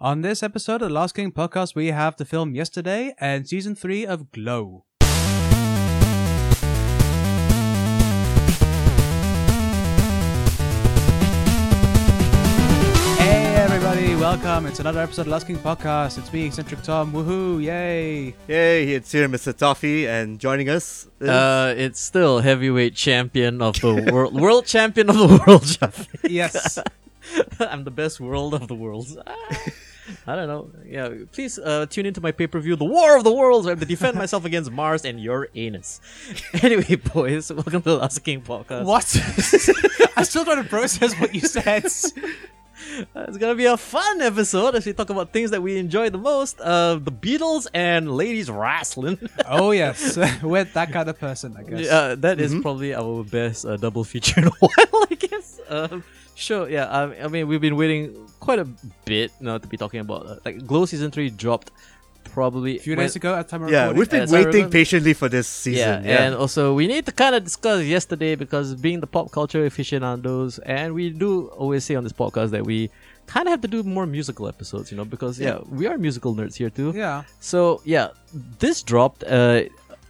On this episode of the Last King podcast, we have the film Yesterday and season three of Glow. Hey everybody, welcome! It's another episode of Last King podcast. It's me, eccentric Tom. Woohoo! Yay! Yay, it's here, Mr. Toffee, and joining us is Uh, it's still heavyweight champion of the world, world champion of the world. Shafiq. Yes. I'm the best world of the worlds. Ah, I don't know. Yeah, please uh, tune into my pay per view, The War of the Worlds, where I have to defend myself against Mars and your anus. Anyway, boys, welcome to the Last King podcast. what? I'm still trying to process what you said. Uh, It's gonna be a fun episode as we talk about things that we enjoy the most: uh, the Beatles and ladies wrestling. oh yes, we're that kind of person, I guess. Yeah, uh, that is Mm-hmm. probably our best uh, double feature in a while, I guess. Um, sure, yeah. um, I, I mean, we've been waiting quite a bit now to be talking about uh, like Glow season three dropped probably A few when- days ago at the time of yeah, recording. we've been as I waiting remember- patiently for this Yeah, season. and also we need to kind of discuss yesterday because being the pop culture aficionados, and we do always say on this podcast that we kind of have to do more musical episodes, you know, because yeah, we are musical nerds here too. yeah. So yeah, this dropped uh,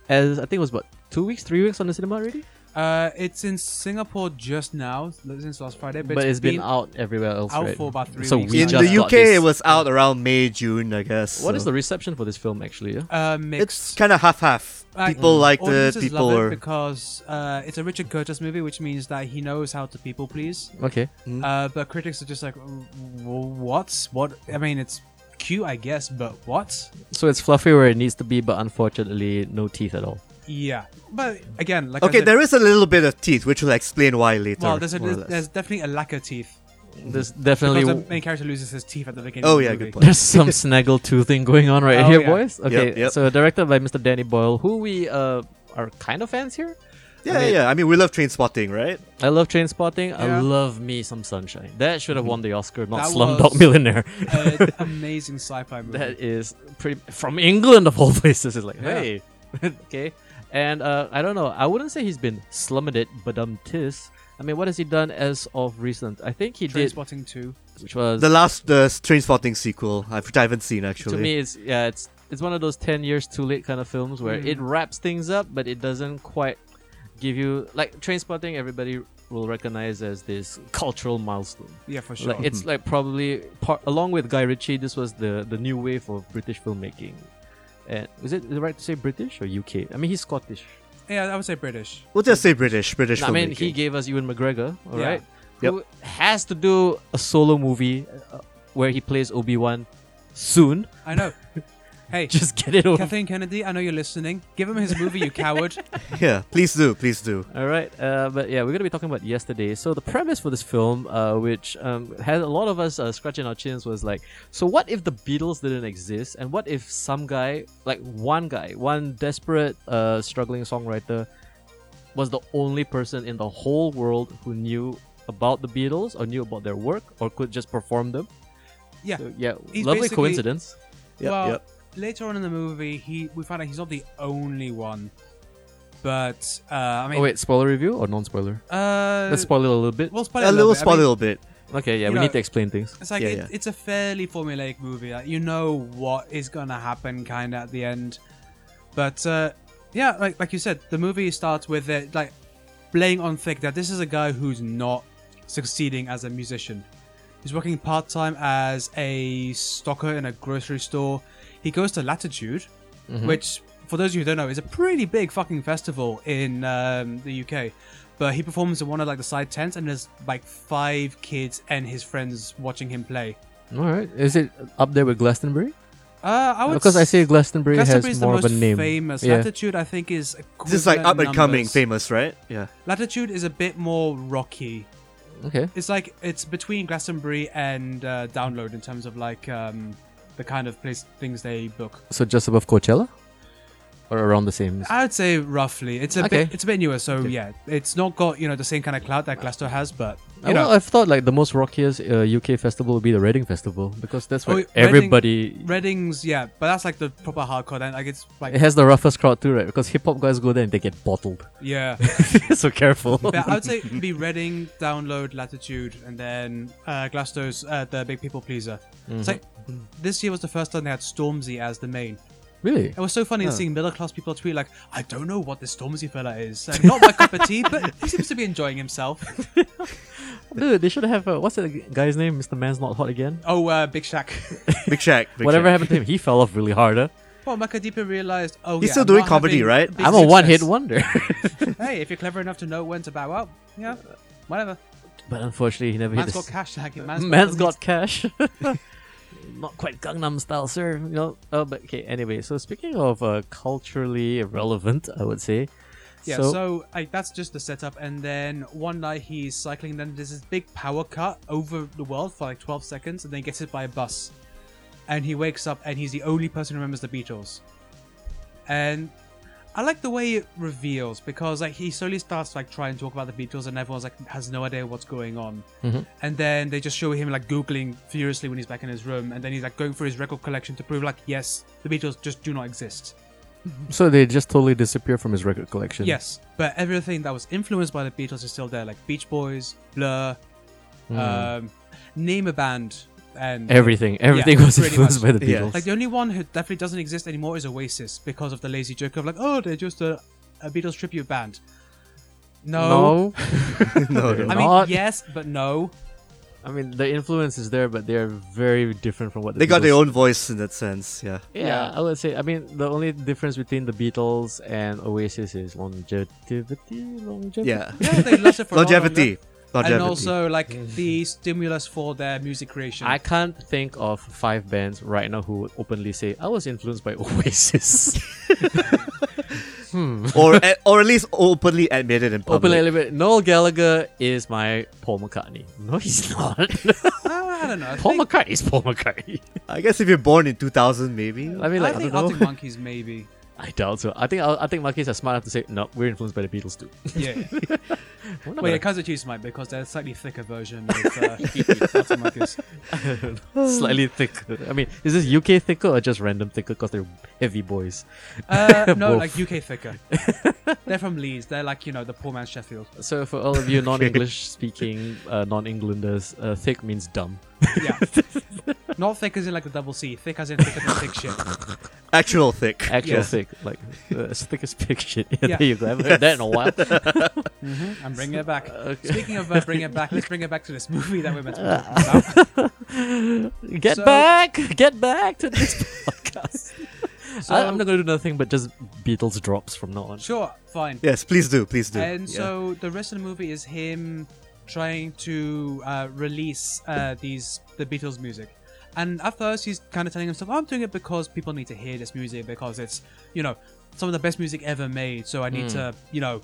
as I think it was about two weeks, three weeks on the cinema already. Uh, it's in Singapore just now since last Friday, but, but, it's been, out everywhere else. out right? for about three so weeks. We in just the got UK, this. it was out around May, June, I guess. What is so. the reception for this film actually? Yeah? uh, It's mixed. kind of half half. Like, people like the audiences people love it are. because uh, it's a Richard Curtis movie, which means that he knows how to people please. Okay. Uh, but critics are just like, "W- what? What? I mean, it's cute, I guess, but what? So it's fluffy where it needs to be, but unfortunately, no teeth at all. Yeah. But again, like I Okay, said- there is a little bit of teeth, which we'll explain why later. well, there's a, more or there's, less. there's definitely a lack of teeth There's Mm-hmm. because definitely the main character loses his teeth at the beginning. Oh, of the yeah, movie. good point. there's some snaggle tooth thing going on right Oh, here, yeah. boys. Okay. yep. So directed by Mr. Danny Boyle, who we uh, are kind of fans here. yeah, I mean- yeah. I mean, we love train spotting, right? I love Train Spotting. Yeah. Mm-hmm. I love me some Sunshine. That should have won the Oscar, not That Slumdog was- Millionaire. Uh, amazing sci-fi movie. that is pretty from England of all places. It's like, Yeah. hey, okay. And uh, I don't know. I wouldn't say he's been slumming it, but um, tis. I mean, what has he done as of recent? I think he did, Trainspotting 2. which was The last the train spotting sequel, I- which I haven't seen actually. to me, it's yeah, it's it's one of those ten years too late kind of films where Hmm. Mm. it wraps things up, but it doesn't quite give you like train spotting. Everybody will recognize as this cultural milestone. Yeah, for sure. Like it's like probably par- along with Guy Ritchie, this was the the new wave of British filmmaking. And is it is it right to say British or UK? I mean, he's Scottish. yeah, I would say British. we'll just say British, British. I mean, he filmmaking. gave us Ewan McGregor, all Yeah. right, who has to do a solo movie uh, where he plays Obi Wan soon. I know. Hey, Just get it over. Kathleen Kennedy, I know you're listening. Give him his movie, you coward. yeah, please do, please do. All right, uh, but yeah, we're gonna be talking about yesterday. So the premise for this film, uh, which um, had a lot of us uh, scratching our chins, was like, so what if the Beatles didn't exist, and what if some guy, like one guy, one desperate, uh, struggling songwriter, was the only person in the whole world who knew about the Beatles or knew about their work or could just perform them? Yeah. So, yeah, He's lovely basically- coincidence. Yep, well, yep. later on in the movie, he we find out he's not the only one. But uh, I mean, oh wait, spoiler review or non-spoiler? uh, Let's spoil it a little bit. we'll spoil it A little bit. I spot, a mean, little bit. Okay, yeah, you we know- need to explain things. It's like Yeah, it- yeah. it's a fairly formulaic movie. Like you know what is gonna happen, kind of at the end. But uh, yeah, like like you said, the movie starts with it like playing on thick that this is a guy who's not succeeding as a musician. He's working part time as a stocker in a grocery store. He goes to Latitude, Mm-hmm. which, for those of you who don't know, is a pretty big fucking festival in um, the UK. But he performs in one of like the side tents, and there's like five kids and his friends watching him play. All right, is it up there with Glastonbury? Uh, I would Because I s- say Glastonbury has Glastonbury is the more most of a name. famous. Yeah. Latitude, I think, is This is like equivalent up and coming, numbers. famous, right? Yeah. Latitude is a bit more rocky. Okay. It's like it's between Glastonbury and uh, Download in terms of like um, the kind of place things they book. So just above Coachella. or around the same? I'd say roughly. It's a Okay. bit. It's a bit newer, so Okay. yeah, it's not got you know the same kind of clout that Glasgow has, but you Uh, know, well, I've thought like the most rockiest uh, UK festival would be the Reading Festival because that's Oh, where Reading- everybody. Reading's yeah, but that's like the proper hardcore. Then like it's like It has the roughest crowd too, right? Because hip hop guys go there and they get bottled. yeah. so careful. yeah, I would say it'd be Reading, Download, Latitude, and then uh, Glaston's uh, the Big People Pleaser. It's Mm-hmm. like this year was the first time they had Stormzy as the main. Really? It was so funny seeing middle class people tweet like, "I don't know what this Stormzy fella is. Like, not my cup of tea, but he seems to be enjoying himself." Dude, they should have. Uh, what's that guy's name? Mr. Man's Not Hot Again? Oh, uh, Big Shaq. Big Shaq. Big Whatever Shaq. happened to him? He fell off really hard. Huh? Well, Makadipa realized. Oh, He's yeah, still I'm doing not comedy, having right? big I'm a one hit success. wonder. Hey, if you're clever enough to know when to bow out, yeah, whatever. but unfortunately, he never Man's hit got his. cash. Like, man's, Man's the got cash. Not quite Gangnam style, sir. You know. Oh, but okay. Anyway, so speaking of uh, culturally relevant, I would say. Yeah, so, like that's just the setup, and then one night he's cycling, then there's this big power cut over the world for like 12 seconds, and then gets hit by a bus, and he wakes up, and he's the only person who remembers the Beatles, and I like the way it reveals because like he slowly starts like trying to talk about the Beatles, and everyone's like has no idea what's going on, and then they just show him like googling furiously when he's back in his room, and then he's like going through his record collection to prove like yes, the Beatles just do not exist. So they just totally disappear from his record collection. Yes, but everything that was influenced by the Beatles is still there, like Beach Boys, Blur, um, name a band, and Hmm. Everything. Everything was pretty influenced much. by the Yeah. Beatles. like the only one who definitely doesn't exist anymore is Oasis because of the lazy joke of like, oh, they're just a, a Beatles tribute band. No, no. no, They're no. I mean Not. yes, but no. I mean, the influence is there, but they're very different from what the They got Beatles- their own voice in that sense. Yeah. Yeah, I would say. I mean, the only difference between the Beatles and Oasis is longevity. Longevity. Yeah. Yeah, they lasted for a lot Longevity. longer. Longevity. and also like the stimulus for their music creation. I can't think of five bands right now who would openly say I was influenced by Oasis. or at, or at least openly admitted in public. openly, admit, Noel Gallagher is my Paul McCartney. No, he's not. Uh, I don't know. I Paul think, McCartney is Paul McCartney. I guess if you're born in 2000, maybe. I mean, like I I, think don't know. Arctic Monkeys maybe. I doubt so. I think I think monkeys are smart enough to say no. We're influenced by the Beatles too. Yeah. We're not Wait, gonna it comes with cheese, mate, because they're a slightly thicker version of uh, Arctic Monkeys. slightly thicker. I mean, is this UK thicker or just random thicker because they're heavy boys? Uh, no, Both. like UK thicker. they're from Leeds. They're like you know the poor man's Sheffield. So, for all of you non English speaking, uh, non Englanders, uh, thick means dumb. Yeah, not thick as in like the double C. Thick as in thicker than thick shit. Actual thick. Actual Yeah. thick, like uh, as thick as pig shit. Yeah, Yeah. There you go. I haven't heard that in a while. I'm bringing Mm-hmm. it back. Okay. Speaking of uh, bringing it back, let's bring it back to this movie that we're meant to be talking about. Get So- back! Get back to this podcast. So- I, am not going to do nothing but just Beatles drops from now on. Sure, fine. Yes, please do, please do. And Yeah. so the rest of the movie is him trying to uh, release uh, these the Beatles music. And at first, he's kind of telling himself, "I'm doing it because people need to hear this music because it's you know some of the best music ever made. So I need Hmm. to you know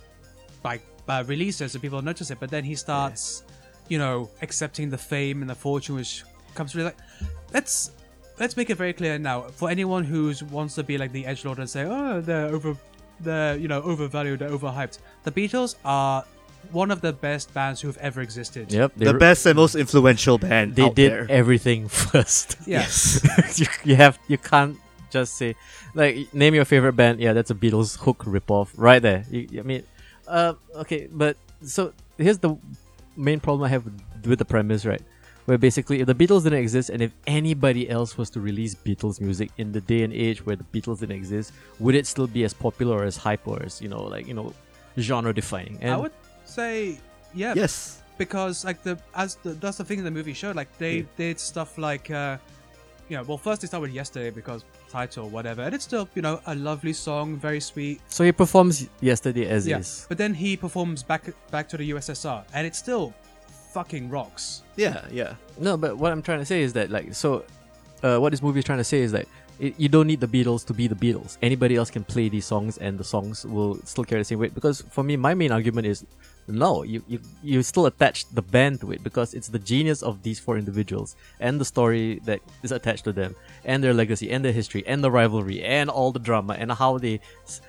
like uh, release it so people notice it." But then he starts you know accepting the fame and the fortune which comes with like let's let's make it very clear now for anyone who wants to be like the edge lord and say oh they're over they're you know overvalued they're overhyped the beatles are one of the best bands who've ever existed Yep, they, the re- best and most influential band they out did there. everything first. yeah Yes. you, you have you can't just say like name your favorite band. Yeah, that's a Beatles hook ripoff right there. You, you- I mean, uh, okay, but so here's the main problem I have with- with the premise, right? Where basically, if the Beatles didn't exist, and if anybody else was to release Beatles music in the day and age where the Beatles didn't exist, would it still be as popular or as hype or as you know, like you know, genre defining? And i would say yeah yes. because like the as the, that's the thing the movie showed like they Yeah. did stuff like uh you know well first they start with yesterday because title whatever and it's still you know a lovely song very sweet so he performs yesterday as Yeah. is. But then he performs back back to the USSR, and it still fucking rocks. Yeah, yeah. No, but what I'm trying to say is that like so, uh, what this movie is trying to say is that it, you don't need the Beatles to be the Beatles. Anybody else can play these songs, and the songs will still carry the same weight. Because for me, my main argument is no, you you, you still attach the band to it because it's the genius of these four individuals and the story that is attached to them and their legacy and their history and the rivalry and all the drama and how they s-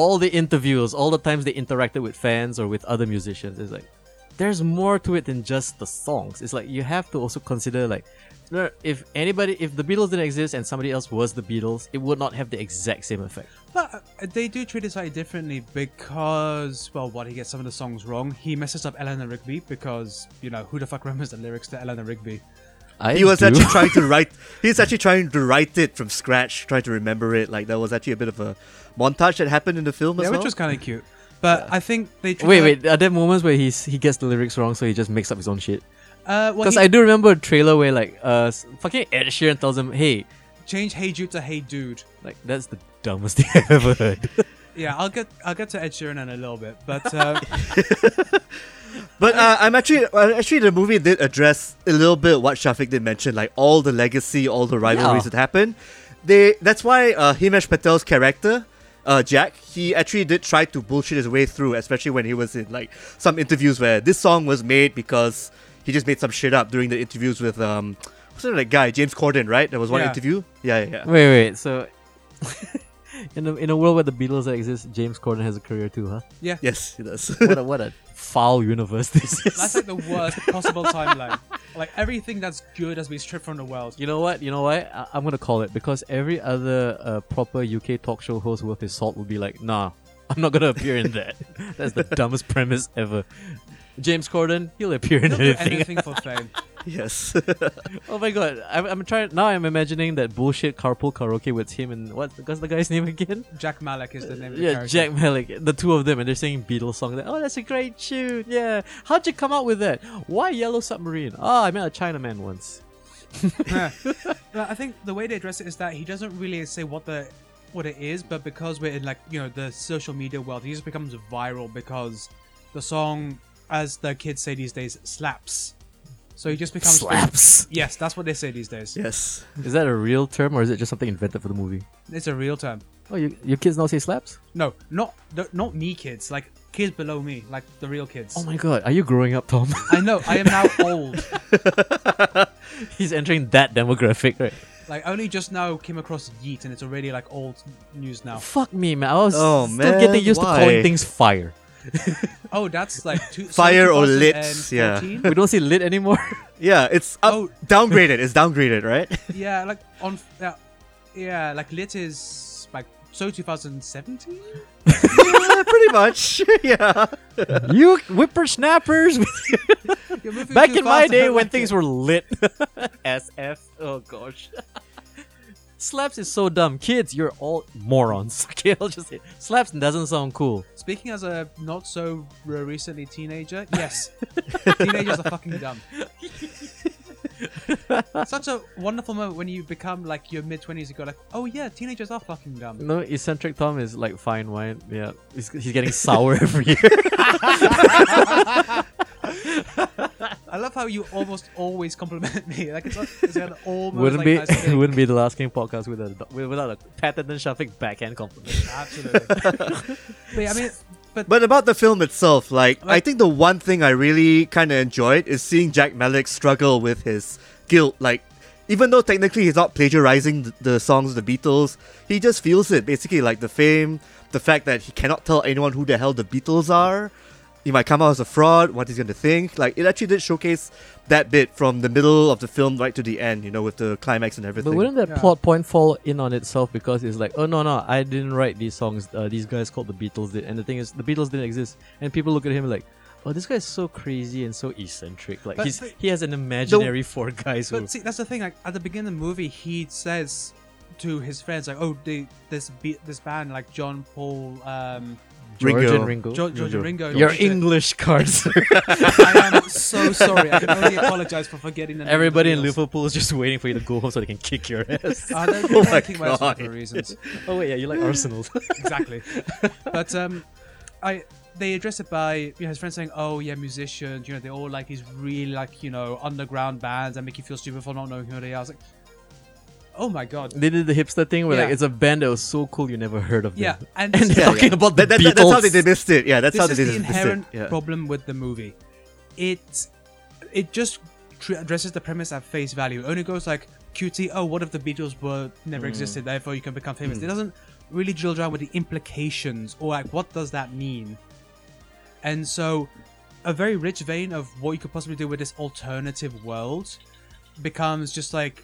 all the interviews, all the times they interacted with fans or with other musicians. It's like there's more to it than just the songs. It's like you have to also consider like no, if anybody if the Beatles didn't exist and somebody else was the Beatles, it would not have the exact same effect. But uh, they do treat it slightly differently because, well, what he gets some of the songs wrong. He messes up Eleanor Rigby because you know who the fuck remembers the lyrics to Eleanor Rigby? I He was do. actually trying to write. He's actually trying to write it from scratch, trying to remember it. Like there was actually a bit of a montage that happened in the film as yeah, well. which was kind of cute. But I think they treat Wait, it- wait. Are there moments where he's, he gets the lyrics wrong, so he just makes up his own shit? Uh, well, Because he I do remember a trailer where like uh s- fucking Ed Sheeran tells him, "Hey, changed Hey Jude to Hey Dude. like that's the dumbest thing I ever heard." Yeah, I'll get I'll get to Ed Sheeran in a little bit, but uh, But uh, I'm actually uh, actually the movie did address a little bit what Shafiq did mention, like all the legacy, all the rivalries Yeah. that happened. They that's why uh, Himesh Patel's character, uh, Jack, he actually did try to bullshit his way through, especially when he was in like some interviews where this song was made because he just made some shit up during the interviews with um what's that guy James Corden, right? There was one Yeah. interview. Yeah, yeah. yeah. wait, wait. So in a, in a world where the Beatles don't exist, James Corden has a career too, huh? yeah, Yes, he does. What a what a foul universe this is. that's like the worst possible timeline. Like everything that's good has been stripped from the world. You know what? You know what? I- I'm gonna call it because every other uh, proper UK talk show host worth his salt would be like, "Nah, I'm not gonna appear in that. That's the dumbest premise ever." James Corden, he'll appear in They'll do anything. anything for fame. yes. oh my god, I'm, I'm trying now. I'm imagining that bullshit carpool karaoke with him and what? What's the guy's name again? Jack Malik is the name. Of the yeah, character. Jack Malik. The two of them, and they're singing Beatles song. Like, oh, that's a great tune. Yeah, how'd you come up with that? Why Yellow Submarine? Oh, I met a Chinaman once. Well, I think the way they address it is that he doesn't really say what the what it is, but because we're in like you know the social media world, he just becomes viral because the song, as the kids say these days, slaps. So he just becomes Slaps. Yes, that's what they say these days. yes. Is that a real term or is it just something invented for the movie? It's a real term. Oh, you, your kids now say slaps? No, not the, not me kids, like kids below me, like the real kids. Oh my god, are you growing up, Tom? I know, I am now old. He's entering that demographic, right? Like I only just now came across Yeet, and it's already like old news now. Fuck me, man. I was Oh, still man, getting used to calling why? things fire. Oh, that's like two, Fire or 2014? lips, We don't say lit anymore. Yeah, it's up, Oh. downgraded. It's downgraded, right? Yeah, like on yeah, yeah, like lit is like so 2017. yeah, pretty much. yeah. you whippersnappers. You're moving Back too in my fast, I day don't when like things it. were lit. SF. Oh gosh. slaps is so dumb. Kids, you're all morons. Okay, I'll just say slaps doesn't sound cool. Speaking as a not so re- recently teenager, yes, teenagers are fucking dumb. Such a wonderful moment when you become like your mid twenties. You go like, oh yeah, teenagers are fucking dumb. No, eccentric Tom is like fine wine. Yeah, he's, he's getting sour every year. I love how you almost always compliment me. Like it's, it's an almost wouldn't like, be nice thing. wouldn't be the last game podcast without a, without a patented Shafiq backhand compliment. Absolutely. but yeah, I mean, but But about the film itself, like, I Like- think the one thing I really kind of enjoyed is seeing Jack Malik struggle with his guilt. Like, even though technically he's not plagiarizing th- the songs of the Beatles, he just feels it. Basically, like the fame, the fact that he cannot tell anyone who the hell the Beatles are. He might come out as a fraud. What he's going to think? Like, it actually did showcase that bit from the middle of the film right to the end. You know, with the climax and everything. But wouldn't that Yeah. plot point fall in on itself because it's like, oh no no, I didn't write these songs. Uh, these guys called the Beatles did, and the thing is, the Beatles didn't exist, and people look at him like. Oh, this guy is so crazy and so eccentric. Like But he's the- he has an imaginary four guys who. But see, that's the thing. Like at the beginning of the movie, he says to his friends, like, "Oh, they, this be- this band, like John Paul, um, George Ringo. and Ringo. George, George and Ringo." Your mentioned- English cards. I am so sorry. I can only apologize for forgetting the name of the Everybody in Beatles. Liverpool is just waiting for you to go home so they can kick your ass. Uh, they're, Oh they're my kicking my ass for God. other reasons. oh wait, yeah, you like Arsenal. exactly. But um, I they address it by you know, his friends saying, "Oh yeah, musicians. You know, they all like these really like you know underground bands that make you feel stupid for not knowing who they are." I was like, "Oh my god." They did the hipster thing where like Yeah. it's a band that was so cool you never heard of them. Yeah, and, And this is- they're talking about the That- that- Beatles. That's how they did missed it. Yeah, that's how this they is did the missed inherent it. Yeah. problem with the movie. It it just tr- addresses the premise at face value. It only goes like, cutie, oh, what if the Beatles were never Mm. existed, therefore you can become famous. It doesn't really drill down with the implications or like what does that mean. And so, a very rich vein of what you could possibly do with this alternative world becomes just like,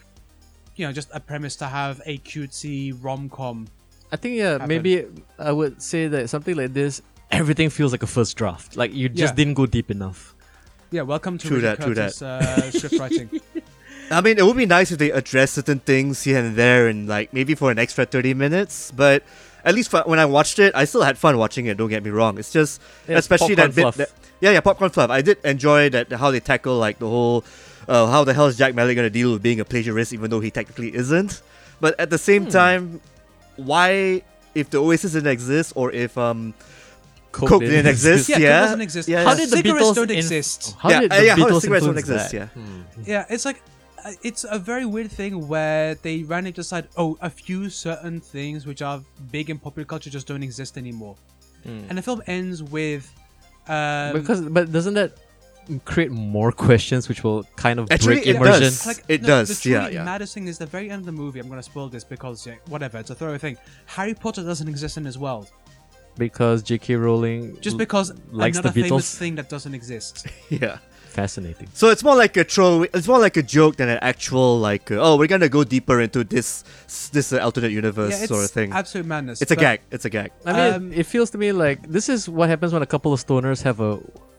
you know, just a premise to have a cutesy rom com. I think yeah, maybe I would say that something like this, everything feels like a first draft. Like you just Yeah. didn't go deep enough. Yeah, welcome to True Richard that, true Curtis, Uh, script writing. I mean, it would be nice if they address certain things here and there, and like maybe for an extra thirty minutes. But at least for, when I watched it, I still had fun watching it. Don't get me wrong. It's just Yeah, it's especially popcorn that bit. fluff. that- yeah, yeah, popcorn fluff. I did enjoy that how they tackle like the whole, uh, how the hell is Jack Malik gonna deal with being a plagiarist, even though he technically isn't. But at the same Hmm. time, why if the Oasis didn't exist or if um Coke, didn't, exist? Yeah, Yeah, Coke doesn't exist. Yeah, How yeah. did the Cigarettes Beatles Oh, don't inf- exist. How Yeah, did the uh, yeah, how Beatles does cigarettes don't influence exist, that? Oh, yeah. Hmm. Yeah, it's like uh, it's a very weird thing where they randomly decide, oh, a few certain things which are big in popular culture just don't exist anymore, and the film ends with. Um, Hmm. because but doesn't that create more questions, which will kind of Actually, break it immersion? does. It does, The yeah, truly yeah. maddest thing is the very end of the movie. I'm going to spoil this because yeah, whatever, it's a throwaway thing. Harry Potter doesn't exist in this world Because J.K. Rowling just because likes the another famous Beatles. thing that doesn't exist. yeah. Fascinating. So it's more like a troll. It's more like a joke than an actual like. Uh, oh, we're gonna go deeper into this this uh, alternate universe yeah, it's sort of thing. absolute madness. It's a but- gag. It's a gag. I mean, Um, it feels to me like this is what happens when a couple of stoners have a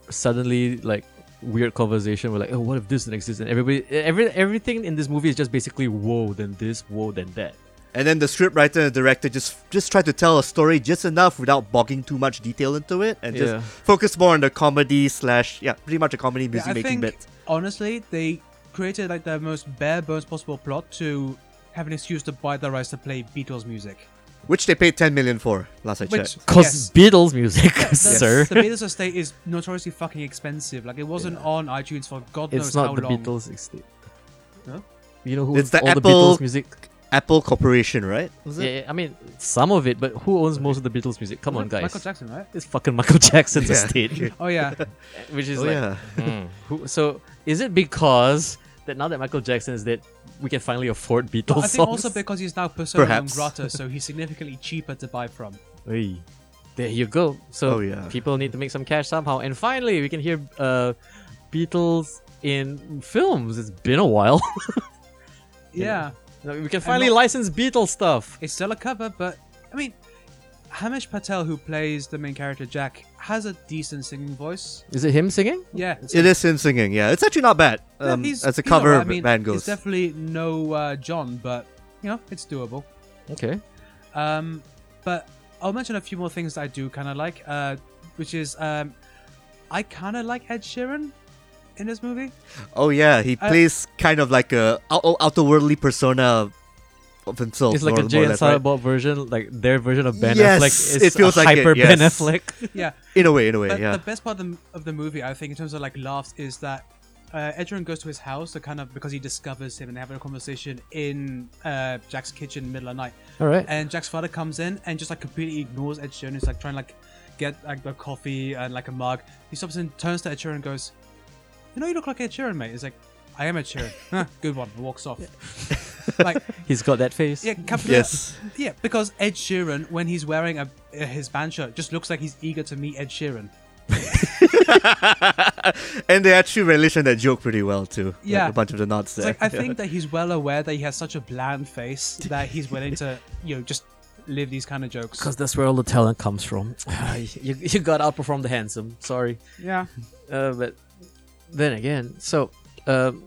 suddenly like weird conversation. We're like, oh, what if this didn't exist? And everybody, every everything in this movie is just basically whoa, then this, whoa, then that. And then the scriptwriter and the director just just try to tell a story just enough without bogging too much detail into it, and just Yeah. focus more on the comedy slash yeah, pretty much a comedy Yeah, music I think making bit. honestly they created like the most bare bones possible plot to have an excuse to buy the rights to play Beatles music. which they paid ten million for last I Which checked. Cause yes, Beatles music, the- sir. the Beatles estate is notoriously fucking expensive. Like it wasn't on iTunes for God knows it's not how the long. Beatles estate. Huh? You know who It's owns the all Apple- the Beatles music? Apple Corporation, right? Was Yeah, I mean some of it, but who owns most of the Beatles music? Come on, Wasn't it guys. Michael Jackson, right? it's fucking Michael Jackson's Yeah. estate, Oh yeah, which is Oh like, yeah. hmm, who, so is it because that now that Michael Jackson is dead, we can finally afford Beatles I think songs? also because he's now persona non Perhaps. grata, so he's significantly cheaper to buy from. Oy. There you go. So Oh, yeah. people need to make some cash somehow, and finally we can hear uh, Beatles in films. It's been a while. Yeah, we can finally not- license Beatles stuff. it's still a cover, but I mean, Hamish Patel, who plays the main character Jack, has a decent singing voice. Is it him singing? Yeah, It is him singing. Yeah, it's actually not bad. Yeah, Um, he's- as a he's all cover right. I mean, band It's goes. definitely no uh, John, but you know it's doable. Okay. Um, but I'll mention a few more things that I do kind of like, uh, which is um, I kind of like Ed Sheeran in this movie. Oh yeah, he Uh, plays kind of like a out- outerworldly persona of himself. It's like more- a more Jay or and less, right? Silent Bob version, like their version of Ben Yes, Affleck. it Is feels a like it, hyper Ben yes. Affleck. Yeah, In a way, in a way, but yeah. the best part of the, of the movie, I think, in terms of like laughs, is that uh, Ed Sheeran goes to his house to kind of because he discovers him and they're having a conversation in uh, Jack's kitchen, middle of the night. All right. and Jack's father comes in and just like completely ignores Ed Sheeran. He's like trying to like get like the coffee and like a mug. He stops and turns to Ed Sheeran and goes, "You know, you look like Ed Sheeran, mate." He's like, "I am Ed Sheeran." Huh, Good one. Walks off. like He's got that face. yeah, capital- yes. yeah, because Ed Sheeran when he's wearing a uh, his band shirt just looks like he's eager to meet Ed Sheeran. and they actually relish on that joke pretty well too. Yeah. Like a bunch of the nods It's there. like I think that he's well aware that he has such a bland face that he's willing to you know just live these kind of jokes. Because that's where all the talent comes from. you, you got to outperform the handsome. Sorry. Yeah. Uh, but then again, so um,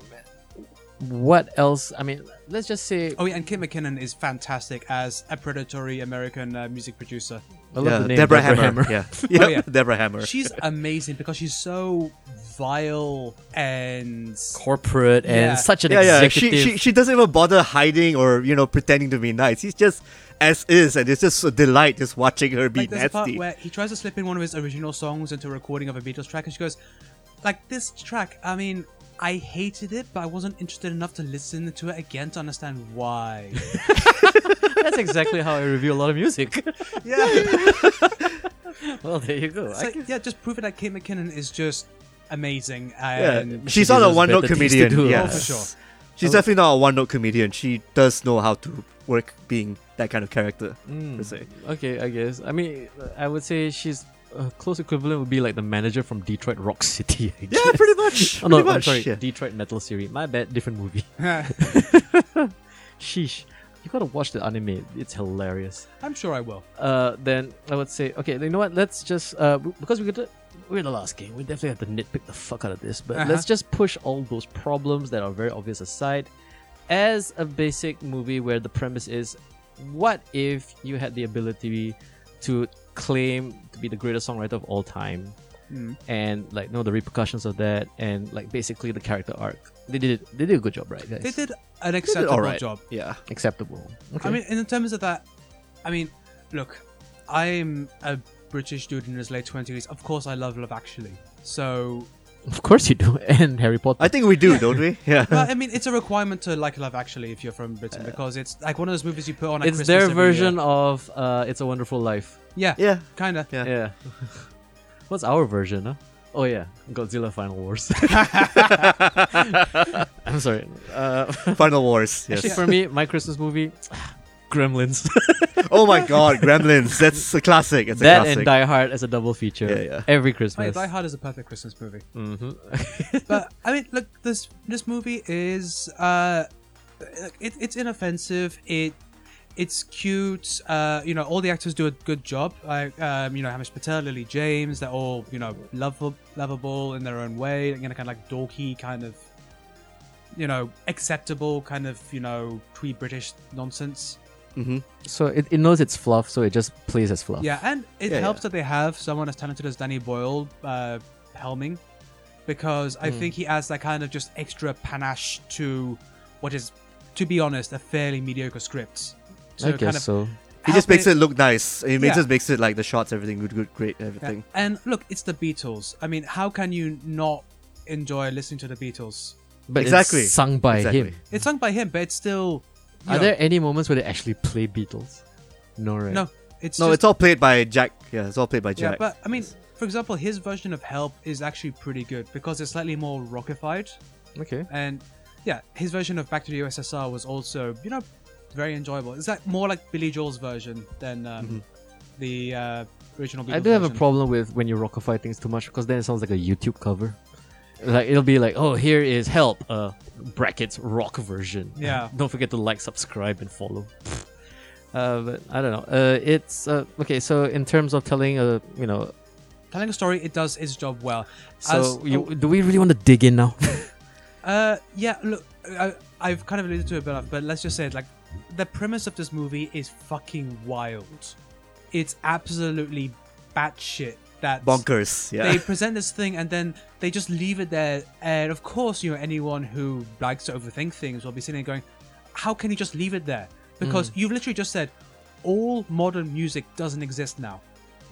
what else? I mean, let's just say Oh yeah, and Kim McKinnon is fantastic as a predatory American uh, music producer. I love yeah, the name Deborah, Deborah Hammer. Yeah. Yep, Oh, yeah. Deborah Hammer. She's amazing because she's so vile and Corporate and Yeah. such an yeah, yeah. executive. She, she she doesn't even bother hiding or you know pretending to be nice. He's just as is, and it's just a delight just watching her be like there's a part nasty. where he tries to slip in one of his original songs into a recording of a Beatles track, and she goes, "Like this track, I mean." I hated it, but I wasn't interested enough to listen to it again to understand why. That's exactly how I review a lot of music. yeah, well, there you go. So, I yeah, just proving that Kate McKinnon is just amazing. yeah. And She's She not a deserves one note better things to comedian. do. Yeah, Oh, for sure. She's I- definitely not a one note comedian. She does know how to work being that kind of character. Mm, se. Okay, I guess. I mean, I would say she's uh, close equivalent would be like the manager from Detroit Rock City. I guess. Yeah, pretty much. Oh, no, pretty much. I'm sorry. Yeah. Detroit Metal Series. My bad. Different movie. Sheesh. You gotta watch the anime. It's hilarious. I'm sure I will. Uh, then I would say, okay, you know what? Let's just uh, b- because we could. We're the last game. We definitely have to nitpick the fuck out of this, but Uh-huh. let's just push all those problems that are very obvious aside as a basic movie where the premise is what if you had the ability to claim to be the greatest songwriter of all time Mm. and like know the repercussions of that and like basically the character arc. They did they did a good job, right guys? They did an acceptable alright. job. Yeah. acceptable. Okay. I mean, in terms of that, I mean, look, I'm a British dude in his late twenties. Of course, I love Love Actually. So, of course you do. And Harry Potter. I think we do, don't we? Yeah. but I mean, it's a requirement to like Love Actually if you're from Britain because it's like one of those movies you put on. At it's Christmas their every version year. of uh, It's a Wonderful Life. Yeah, yeah. kind of. Yeah. Yeah. What's our version, huh? Oh yeah, Godzilla Final Wars. I'm sorry. Uh, Final Wars. Yes. Actually, for me, my Christmas movie, Gremlins. oh my god, Gremlins. That's a classic. It's a that classic. and Die Hard as a double feature. Yeah, yeah. Every Oh, yeah, Christmas. Die Hard is a perfect Christmas movie. Mhm. but I mean, look, this this movie is uh, it, it's inoffensive. It it's cute. Uh, you know, all the actors do a good job. Like, um, you know, Hamish Patel, Lily James, they're all you know lovable, lovable in their own way. You know, kind of like dorky, kind of you know acceptable, kind of you know twee British nonsense. Mm-hmm. So it, it knows it's fluff, so it just plays as fluff. Yeah, and it Yeah, helps yeah. that they have someone as talented as Danny Boyle uh, helming, because I Hmm. think he adds that kind of just extra panache to what is, to be honest, a fairly mediocre script. To I guess kind of so. He just help makes it look nice. He Yeah. makes just makes it like the shots, everything good, good, great, Yeah. everything. And look, it's the Beatles. I mean, how can you not enjoy listening to the Beatles? But Exactly. it's sung by Exactly. him. It's sung by him, but it's still. you Are know, there any moments where they actually play Beatles? No, right? No, it's No, just- it's all played by Jack. Yeah, it's all played by Yeah, Jack. but I mean, for example, his version of "Help" is actually pretty good because it's slightly more rockified. Okay. And yeah, his version of Back to the USSR was also, you know, very enjoyable. It's like more like Billy Joel's version than um, the uh, original. Beatles I do have a version. problem with when you rockify things too much because then it sounds like a YouTube cover. Like it'll be like, oh, here is help, uh, brackets rock version. Yeah. Don't forget to like, subscribe, and follow. Uh, but I don't know. Uh, it's uh, okay. So in terms of telling a, you know, Telling a story, it does its job well. so As- you, do we really want to dig in now? Uh, yeah. Look, I, I've kind of alluded to it, but but let's just say it. Like, the premise of this movie is fucking wild. It's absolutely batshit. That Bonkers. Yeah. they present this thing and then they just leave it there. And of course, you know, anyone who likes to overthink things will be sitting there going, How can you just leave it there? Mm. Because you've literally just said, All modern music doesn't exist now.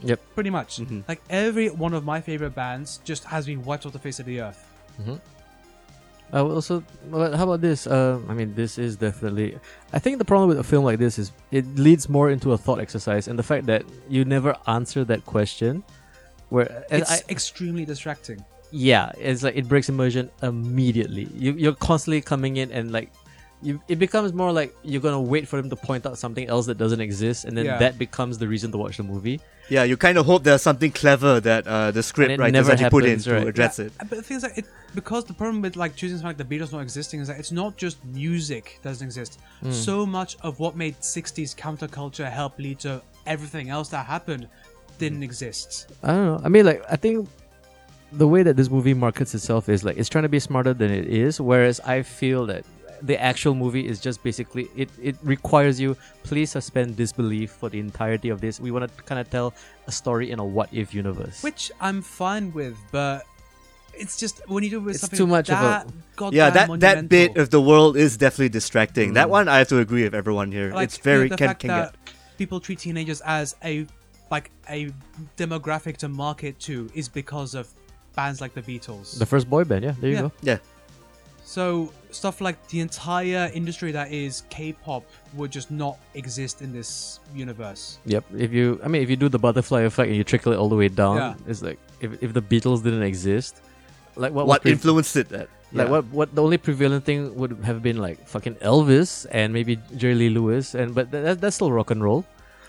Yep. Pretty much. Mm-hmm. Like every one of my favorite bands just has been wiped off the face of the earth. Mm-hmm. I would also, Uh, well, how about this? Uh, I mean, this is definitely. I think the problem with a film like this is it leads more into a thought exercise, and the fact that you never answer that question, Uh, where and It's I- extremely distracting. yeah it's like it breaks immersion immediately you, you're constantly coming in and like you, it becomes more like you're gonna wait for them to point out something else that doesn't exist and then Yeah. that becomes the reason to watch the movie yeah, you kind of hope there's something clever that uh, the And script it writers never actually put in happens, right. to address it. Uh, But the thing is, like, it, because the problem with like choosing something like the Beatles not existing is that it's not just music doesn't exist. Mm. So much of what made '60s counterculture help lead to everything else that happened didn't Mm. exist. i don't know i mean like i think the way that this movie markets itself is like it's trying to be smarter than it is whereas i feel that the actual movie is just basically it, it requires you please suspend disbelief for the entirety of this we want to kind of tell a story in a what if universe Which I'm fine with, but it's just when you do it with It's something too much of a- that goddamn Yeah, that, monumental. that bit of the world is definitely distracting. That Mm. one, I have to agree with everyone here. Like, it's very you know, the can, fact can that get. people treat teenagers as a like a demographic to market to is because of bands like the Beatles. the first boy band yeah there you Yeah. go Yeah, So stuff like the entire industry that is K-pop would just not exist in this universe. Yep. If you, I mean, if you do the butterfly effect and you trickle it all the way down, Yeah. it's like if, if the Beatles didn't exist, like what? was what pre- influenced it? That Like Yeah. what? What the only prevalent thing would have been like fucking Elvis and maybe Jerry Lee Lewis, and but tha- that, that's still rock and roll.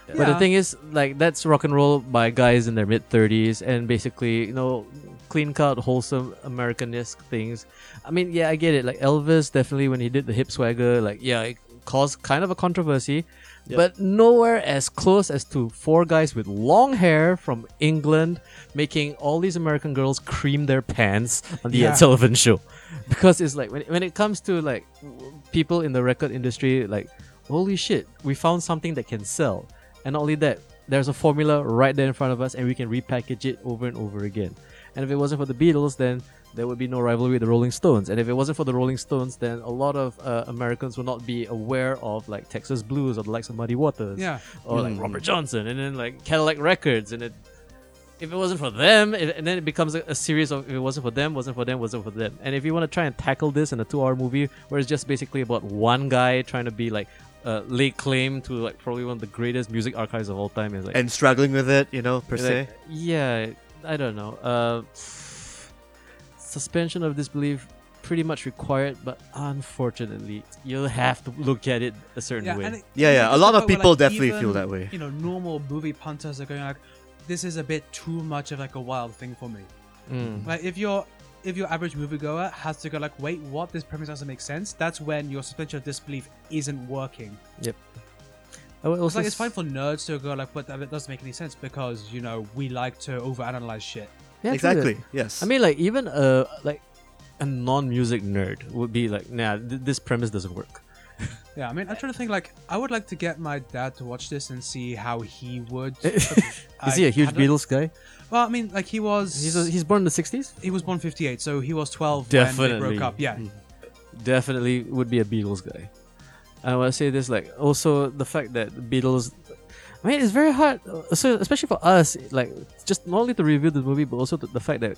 But the Yeah. thing is, like that's rock and roll by guys in their mid thirties, and basically you know clean cut, wholesome Americanesque things. I mean, yeah, I get it. Like Elvis, definitely when he did the hip swagger, like yeah, it caused kind of a controversy. Yep. But nowhere as close as to four guys with long hair from England making all these American girls cream their pants on the Yeah. Ed Sullivan show. Because it's like when, when it comes to like w- people in the record industry, like holy shit, we found something that can sell. And not only that, there's a formula right there in front of us and we can repackage it over and over again. And if it wasn't for the Beatles, then there would be no rivalry with the Rolling Stones. And if it wasn't for the Rolling Stones, then a lot of uh, Americans would not be aware of like Texas Blues or the likes of Muddy Waters Yeah. or like Robert Johnson and then like Cadillac Records and it if it wasn't for them it, and then it becomes a, a series of if it wasn't for them wasn't for them wasn't for them and if you want to try and tackle this in a two hour movie where it's just basically about one guy trying to be like uh, lay claim to like probably one of the greatest music archives of all time is like and struggling with it, you know, per se. like, yeah, I don't know. Uh, suspension of disbelief pretty much required, but unfortunately, you'll have to look at it a certain way. and it- Yeah, and yeah, it's a lot of about where, people like, definitely even, feel that way. You know, normal movie punters are going like, "This is a bit too much of like a wild thing for me." Mm. Like, if your if your average moviegoer has to go like, "Wait, what? This premise doesn't make sense." That's when your suspension of disbelief isn't working. I would It's also like it's s- fine for nerds to go like, "What? That doesn't make any sense," because you know we like to overanalyze shit. Yeah, true exactly. that. Yes. I mean, like even a like a non-music nerd would be like, nah, th- this premise doesn't work. Yeah, I mean, I'm trying to think. Like, I would like to get my dad to watch this and see how he would. Is I he a huge hadn't- Beatles guy? Well, I mean, like he was. He's a, he's born in the '60s. he was born 58, so he was 12 when they Definitely. broke up. Yeah. definitely would be a Beatles guy. I want to say this like also the fact that the Beatles. I mean, it's very hard, uh, so especially for us, like just not only to review the movie, but also the, the fact that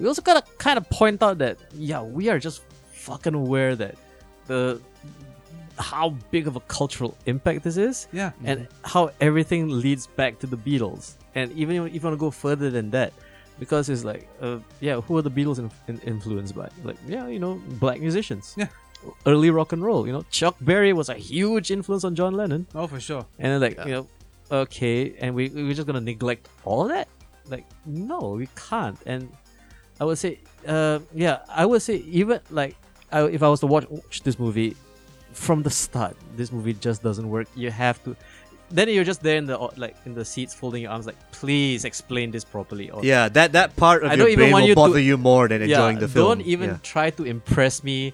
we also gotta kind of point out that yeah, we are just fucking aware that the how big of a cultural impact this is Yeah. and how everything leads back to the Beatles. And even if you want to go further than that, because it's like, uh, yeah, who are the Beatles in, in, influenced by? Like, yeah, you know, black musicians. Yeah. Early rock and roll. You know, Chuck Berry was a huge influence on John Lennon. Oh, for sure. And then, like, you know, okay, and we, we're just going to neglect all of that? Like, no, we can't. And I would say, uh, yeah, I would say, even like, I, if I was to watch, watch this movie from the start, this movie just doesn't work. You have to. Then you're just there in the au- like in the seats, folding your arms, like please explain this properly. Or, yeah, that that part of I your don't even brain want will you to- bother you more than Yeah, enjoying the film. Don't even Yeah. try to impress me.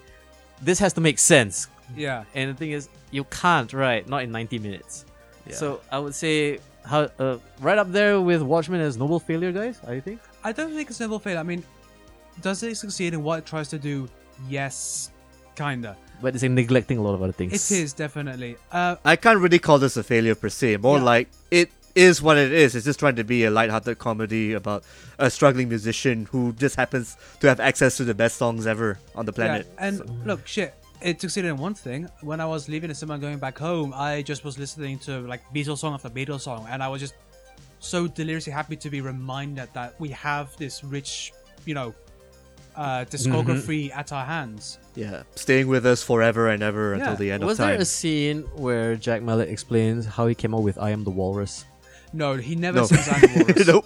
This has to make sense. Yeah. And the thing is, you can't, right? Not in 90 minutes. Yeah. So I would say how uh, right up there with Watchmen as noble failure, guys. I think. I don't think it's never failed. I mean, does it succeed in what it tries to do? Yes, kinda. But it's in neglecting a lot of other things. It is definitely. Uh, I can't really call this a failure per se. More Yeah. like it is what it is. It's just trying to be a light-hearted comedy about a struggling musician who just happens to have access to the best songs ever on the planet. Yeah, and look, shit, it succeeded in one thing. When I was leaving the cinema and going back home, I just was listening to like Beatles song after Beatles song, and I was just so deliriously happy to be reminded that we have this rich, you know, uh, discography at our hands. Yeah, staying with us forever and ever until Yeah. the end Was of there time. a scene where Jack Mallet explains how he came up with "I am the Walrus"? No, he never No. sings I'm a Walrus. nope.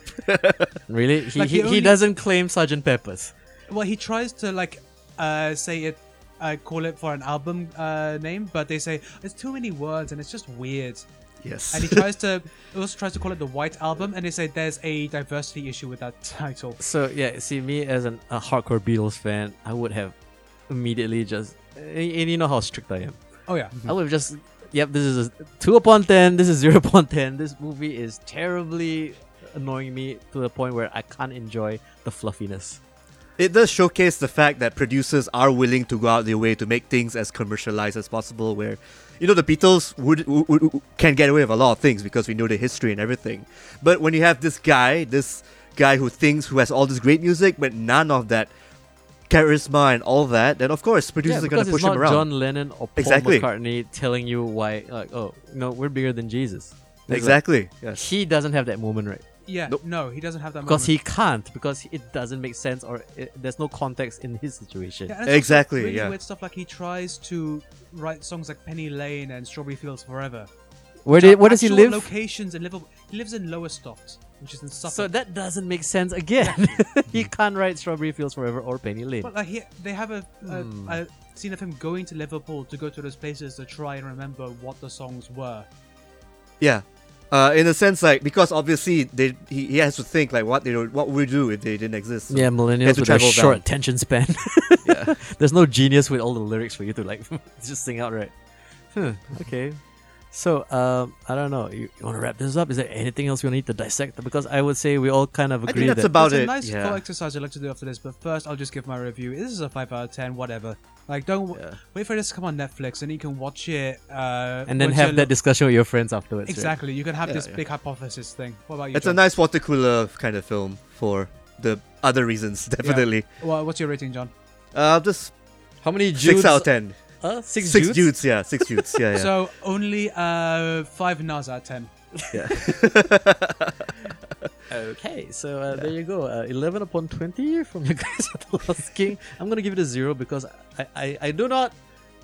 Really? He Like, he, he he only- doesn't claim Sergeant Pepper's. Well, he tries to like uh, say it, uh, call it for an album uh, name, but they say it's too many words and it's just weird. Yes. And he tries to he also tries to call it the White Album, and they say there's a diversity issue with that title. So yeah, see me as an, a hardcore Beatles fan, I would have immediately just and, and you know how strict I am. Oh yeah, I would have just yep, this is a two upon ten, this is zero upon ten. This movie is terribly annoying me to the point where I can't enjoy the fluffiness. It does showcase the fact that producers are willing to go out their way to make things as commercialized as possible. Where, you know, the Beatles would, would, would- can get away with a lot of things because we know the history and everything. But when you have this guy, this guy who thinks who has all this great music, but none of that charisma and all that, then of course producers are going because to it's push not him around. John Lennon or Paul Exactly. McCartney telling you why like, oh no, we're bigger than Jesus. It's like, exactly. Yes. he doesn't have that moment right. yeah, Nope. no, he doesn't have that because moment. he can't because it doesn't make sense or it, there's no context in his situation. Yeah, and it's also Exactly, Really yeah. weird stuff like he tries to write songs like Penny Lane and Strawberry Fields Forever. Where which did, are where does he actual live? Locations in Liverpool. He lives in Lowestoft, which is in Suffolk. So that doesn't make sense again. he can't write Strawberry Fields Forever or Penny Lane. But like he, they have a, a, Hmm. a scene of him going to Liverpool to go to those places to try and remember what the songs were. Yeah. Uh, in a sense, like because obviously they he, he has to think like what they would- what would we do if they didn't exist. So- yeah, millennials to with a travel short down. attention span. Yeah. There's no genius with all the lyrics for you to like just sing out right. Huh, okay. So um, I don't know. You, you want to wrap this up? Is there anything else we need to dissect? Because I would say we all kind of think agree that's that About it's a it, nice yeah. thought exercise I'd like to do after this, but first I'll just give my review. This is a five out of ten, whatever. Like don't w- Yeah. wait for this to come on Netflix and you can watch it. Uh, and then once have you're that lo- discussion with your friends afterwards. right? exactly. You can have Yeah, this yeah. big hypothesis thing. What about you? It's a John? nice water cooler kind of film for the other reasons, definitely. Wha- what's your rating, John? Uh, just How many six Judes? out of ten. Huh? Uh, six, Six Judes? dudes, yeah, six dudes, yeah, yeah. So only uh, five Nas out of ten. Okay, so uh, there you go. Uh, 11 upon 20 from the guys at the Lost King. I'm going to give it a zero because I, I, I do not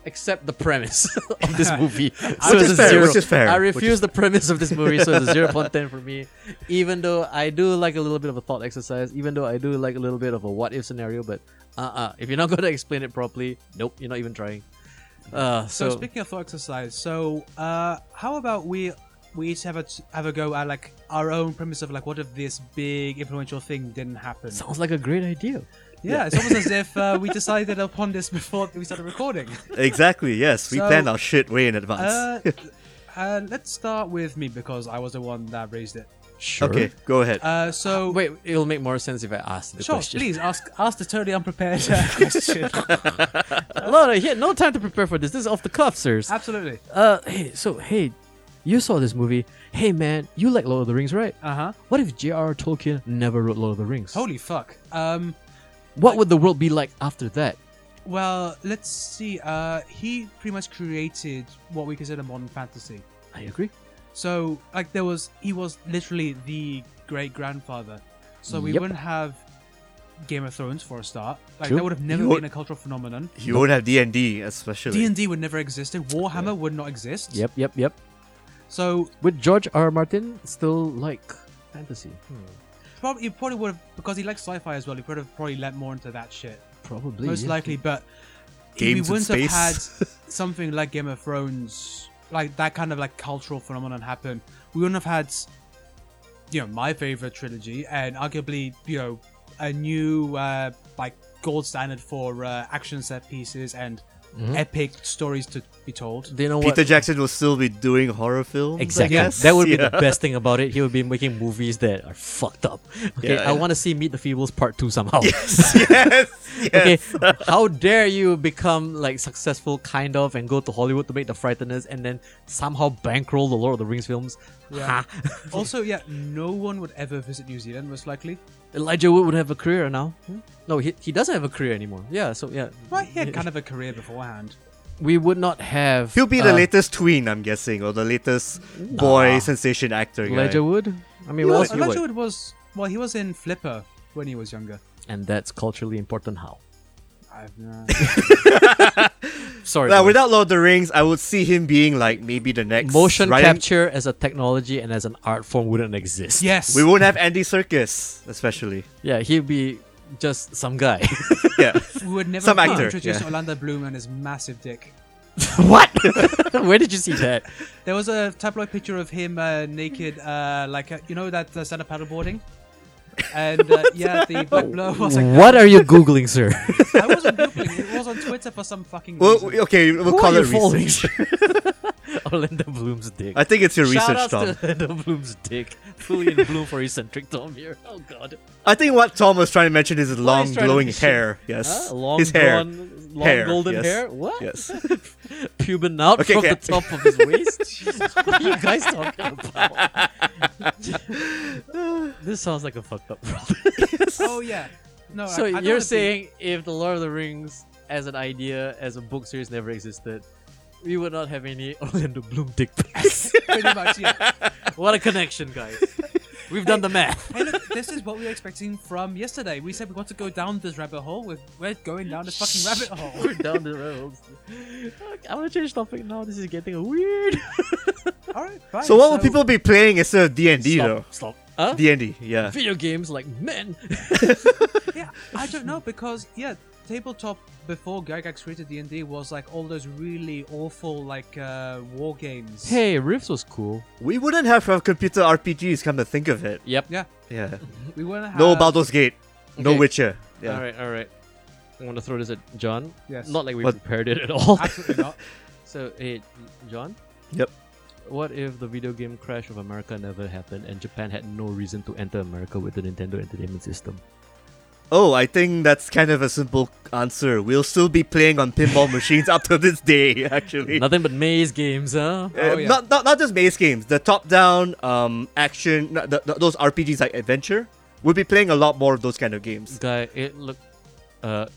accept the premise of this movie. so Which it's is a fair, zero. which is fair, I which is refuse the premise of this movie, so it's a zero upon 10 for me. Even though I do like a little bit of a thought exercise, even though I do like a little bit of a what if scenario, but uh uh If you're not going to explain it properly, nope, you're not even trying. Uh, So, so, speaking of thought exercise, so uh, how about we we each have a have a go at like our own premise of like what if this big influential thing didn't happen? sounds like a great idea. yeah, it's almost as if uh, we decided upon this before we started recording. exactly, yes. We So- plan our shit way in advance. Uh, uh, let's start with me because I was the one that raised it. Sure. okay, go ahead. Uh, so Wait, it'll make more sense if I ask the sure, question. please ask ask the totally unprepared uh, question. No, no, he had no time to prepare for this. This is off the cuff, sirs. Absolutely. Uh, hey, so hey, you saw this movie. Hey, man, you like Lord of the Rings, right? Uh huh. What if J.R.R. Tolkien never wrote Lord of the Rings? Holy fuck. Um. what would the world be like after that? Well, let's see. Uh, he pretty much created what we consider modern fantasy. I agree. So like there was he was literally the great grandfather. So we Yep. wouldn't have Game of Thrones for a start. Like True. that would have never You been would- a cultural phenomenon. you won't have D and D especially. D and D would never existed. Warhammer would not exist. Yep, yep, yep. So Would George R. R. Martin still like fantasy? probably he probably would have because he likes sci-fi as well. He would have probably lent more into that shit, Probably. most yeah. likely. But we Games in wouldn't have space. had something like Game of Thrones, like that kind of like cultural phenomenon happen. We wouldn't have had, you know, my favorite trilogy and arguably, you know, a new uh, like gold standard for uh, action set pieces and epic stories to be told. Do you know Peter what? Jackson will still be doing horror films. I Exactly. guess. That would be Yeah. the best thing about it. He would be making movies that are fucked up. Okay, Yeah, yeah. I want to see Meet the Feebles Part Two somehow. yes, yes. okay, how dare you become like successful kind of and go to Hollywood to make the frighteners and then somehow bankroll the Lord of the Rings films? Yeah. Ha. also, yeah, no one would ever visit New Zealand, most likely. Elijah Wood would have a career now. Hmm? No, he, he doesn't have a career anymore. Yeah, so yeah. Well, he had kind of a career beforand. We would not have He'll be the uh, latest tween, I'm guessing, or the latest boy sensation actor. guy. Elijah Wood? I He mean, what was, else you Elijah would? Wood was well, he was in Flipper when he was younger. And that's culturally important how? I've, uh, Sorry. Now, Louis. without Lord of the Rings, I would see him being like maybe the next Motion Ryan- capture as a technology and as an art form wouldn't exist. yes, We won't have Andy Circus, especially. Yeah, he'd be just some guy. Yeah, We would never Some have actor, introduced yeah. Orlando Bloom and his massive dick. what? Where did you see that? There was a tabloid picture of him uh, naked, uh, like uh, you know that uh, stand-up paddleboarding. And uh, yeah, the Oh. black blur was like, what are you googling, sir? I wasn't googling. It was on Twitter for some fucking well, reason. okay, we'll Who call are it you following? research. Orlando Oh, Bloom's dick. I think it's your Shout research, Tom. outs to Orlando Bloom's dick. Fully in bloom for eccentric Tom here. Oh god. I think what Tom was trying to mention is his long, he's trying to glowing mention- hair. Yes, Huh? Long his hair. drawn, long Hair, golden yes. hair. What? Yes. Puban out Okay, from okay. the top of his waist. Jesus, what are you guys talking about? this sounds like a fucked up problem. Oh yeah. No. I- so I don't wanna you're be- saying if the Lord of the Rings as an idea, as a book series, never existed, we would not have any Orlando Bloom dick pics. pretty much yeah. what a connection, guys. We've done the math. Hey, look, this is what we were expecting from yesterday. We said we want to go down this rabbit hole. We're, we're going down this fucking rabbit hole. We're down the roads. I want to change topic now. This is getting weird. All right, fine. So what will people be playing instead of D and D though? Stop. Huh? D and D, yeah. Video games like men. Yeah, I don't know because yeah, tabletop before Gygax created D and D was like all those really awful like uh, war games. hey, Riffs was cool. We wouldn't have uh, computer RPGs. Come to think of it, Yep. Yeah, yeah. we wanna have No Baldur's Gate, no okay. Witcher. Yeah. All right, all right. I want to throw this at John. Yes. Not like we What? prepared it at all. Absolutely not. so, hey, John. Yep. What if the video game crash of America never happened and Japan had no reason to enter America with the Nintendo Entertainment System? Oh, I think that's kind of a simple answer. We'll still be playing on pinball machines up to this day, actually. Nothing but maze games, huh? Uh, Oh, yeah. not, not not just maze games. The top-down um, action, no, th th- those RPGs like adventure. We'll be playing a lot more of those kind of games. Guy, it look. Uh,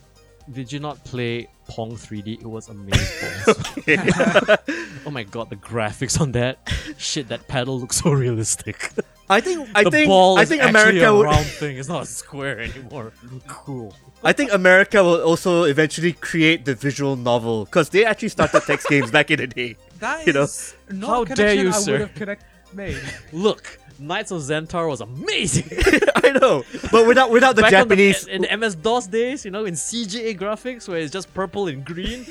did you not play Pong 3D? It was amazing. oh my god, the graphics on that! Shit, that paddle looks so realistic. I think I the think ball I is think actually America a would round thing. It's not a square anymore. Cool. I think America will also eventually create the visual novel because they actually started text games back in the day. That is You know? not How a dare connection you, I sir. would have connect- made. Look, Knights of Zentar was amazing. I know, but without without the Back on Japanese, in the MS DOS days, you know, in CGA graphics where it's just purple and green.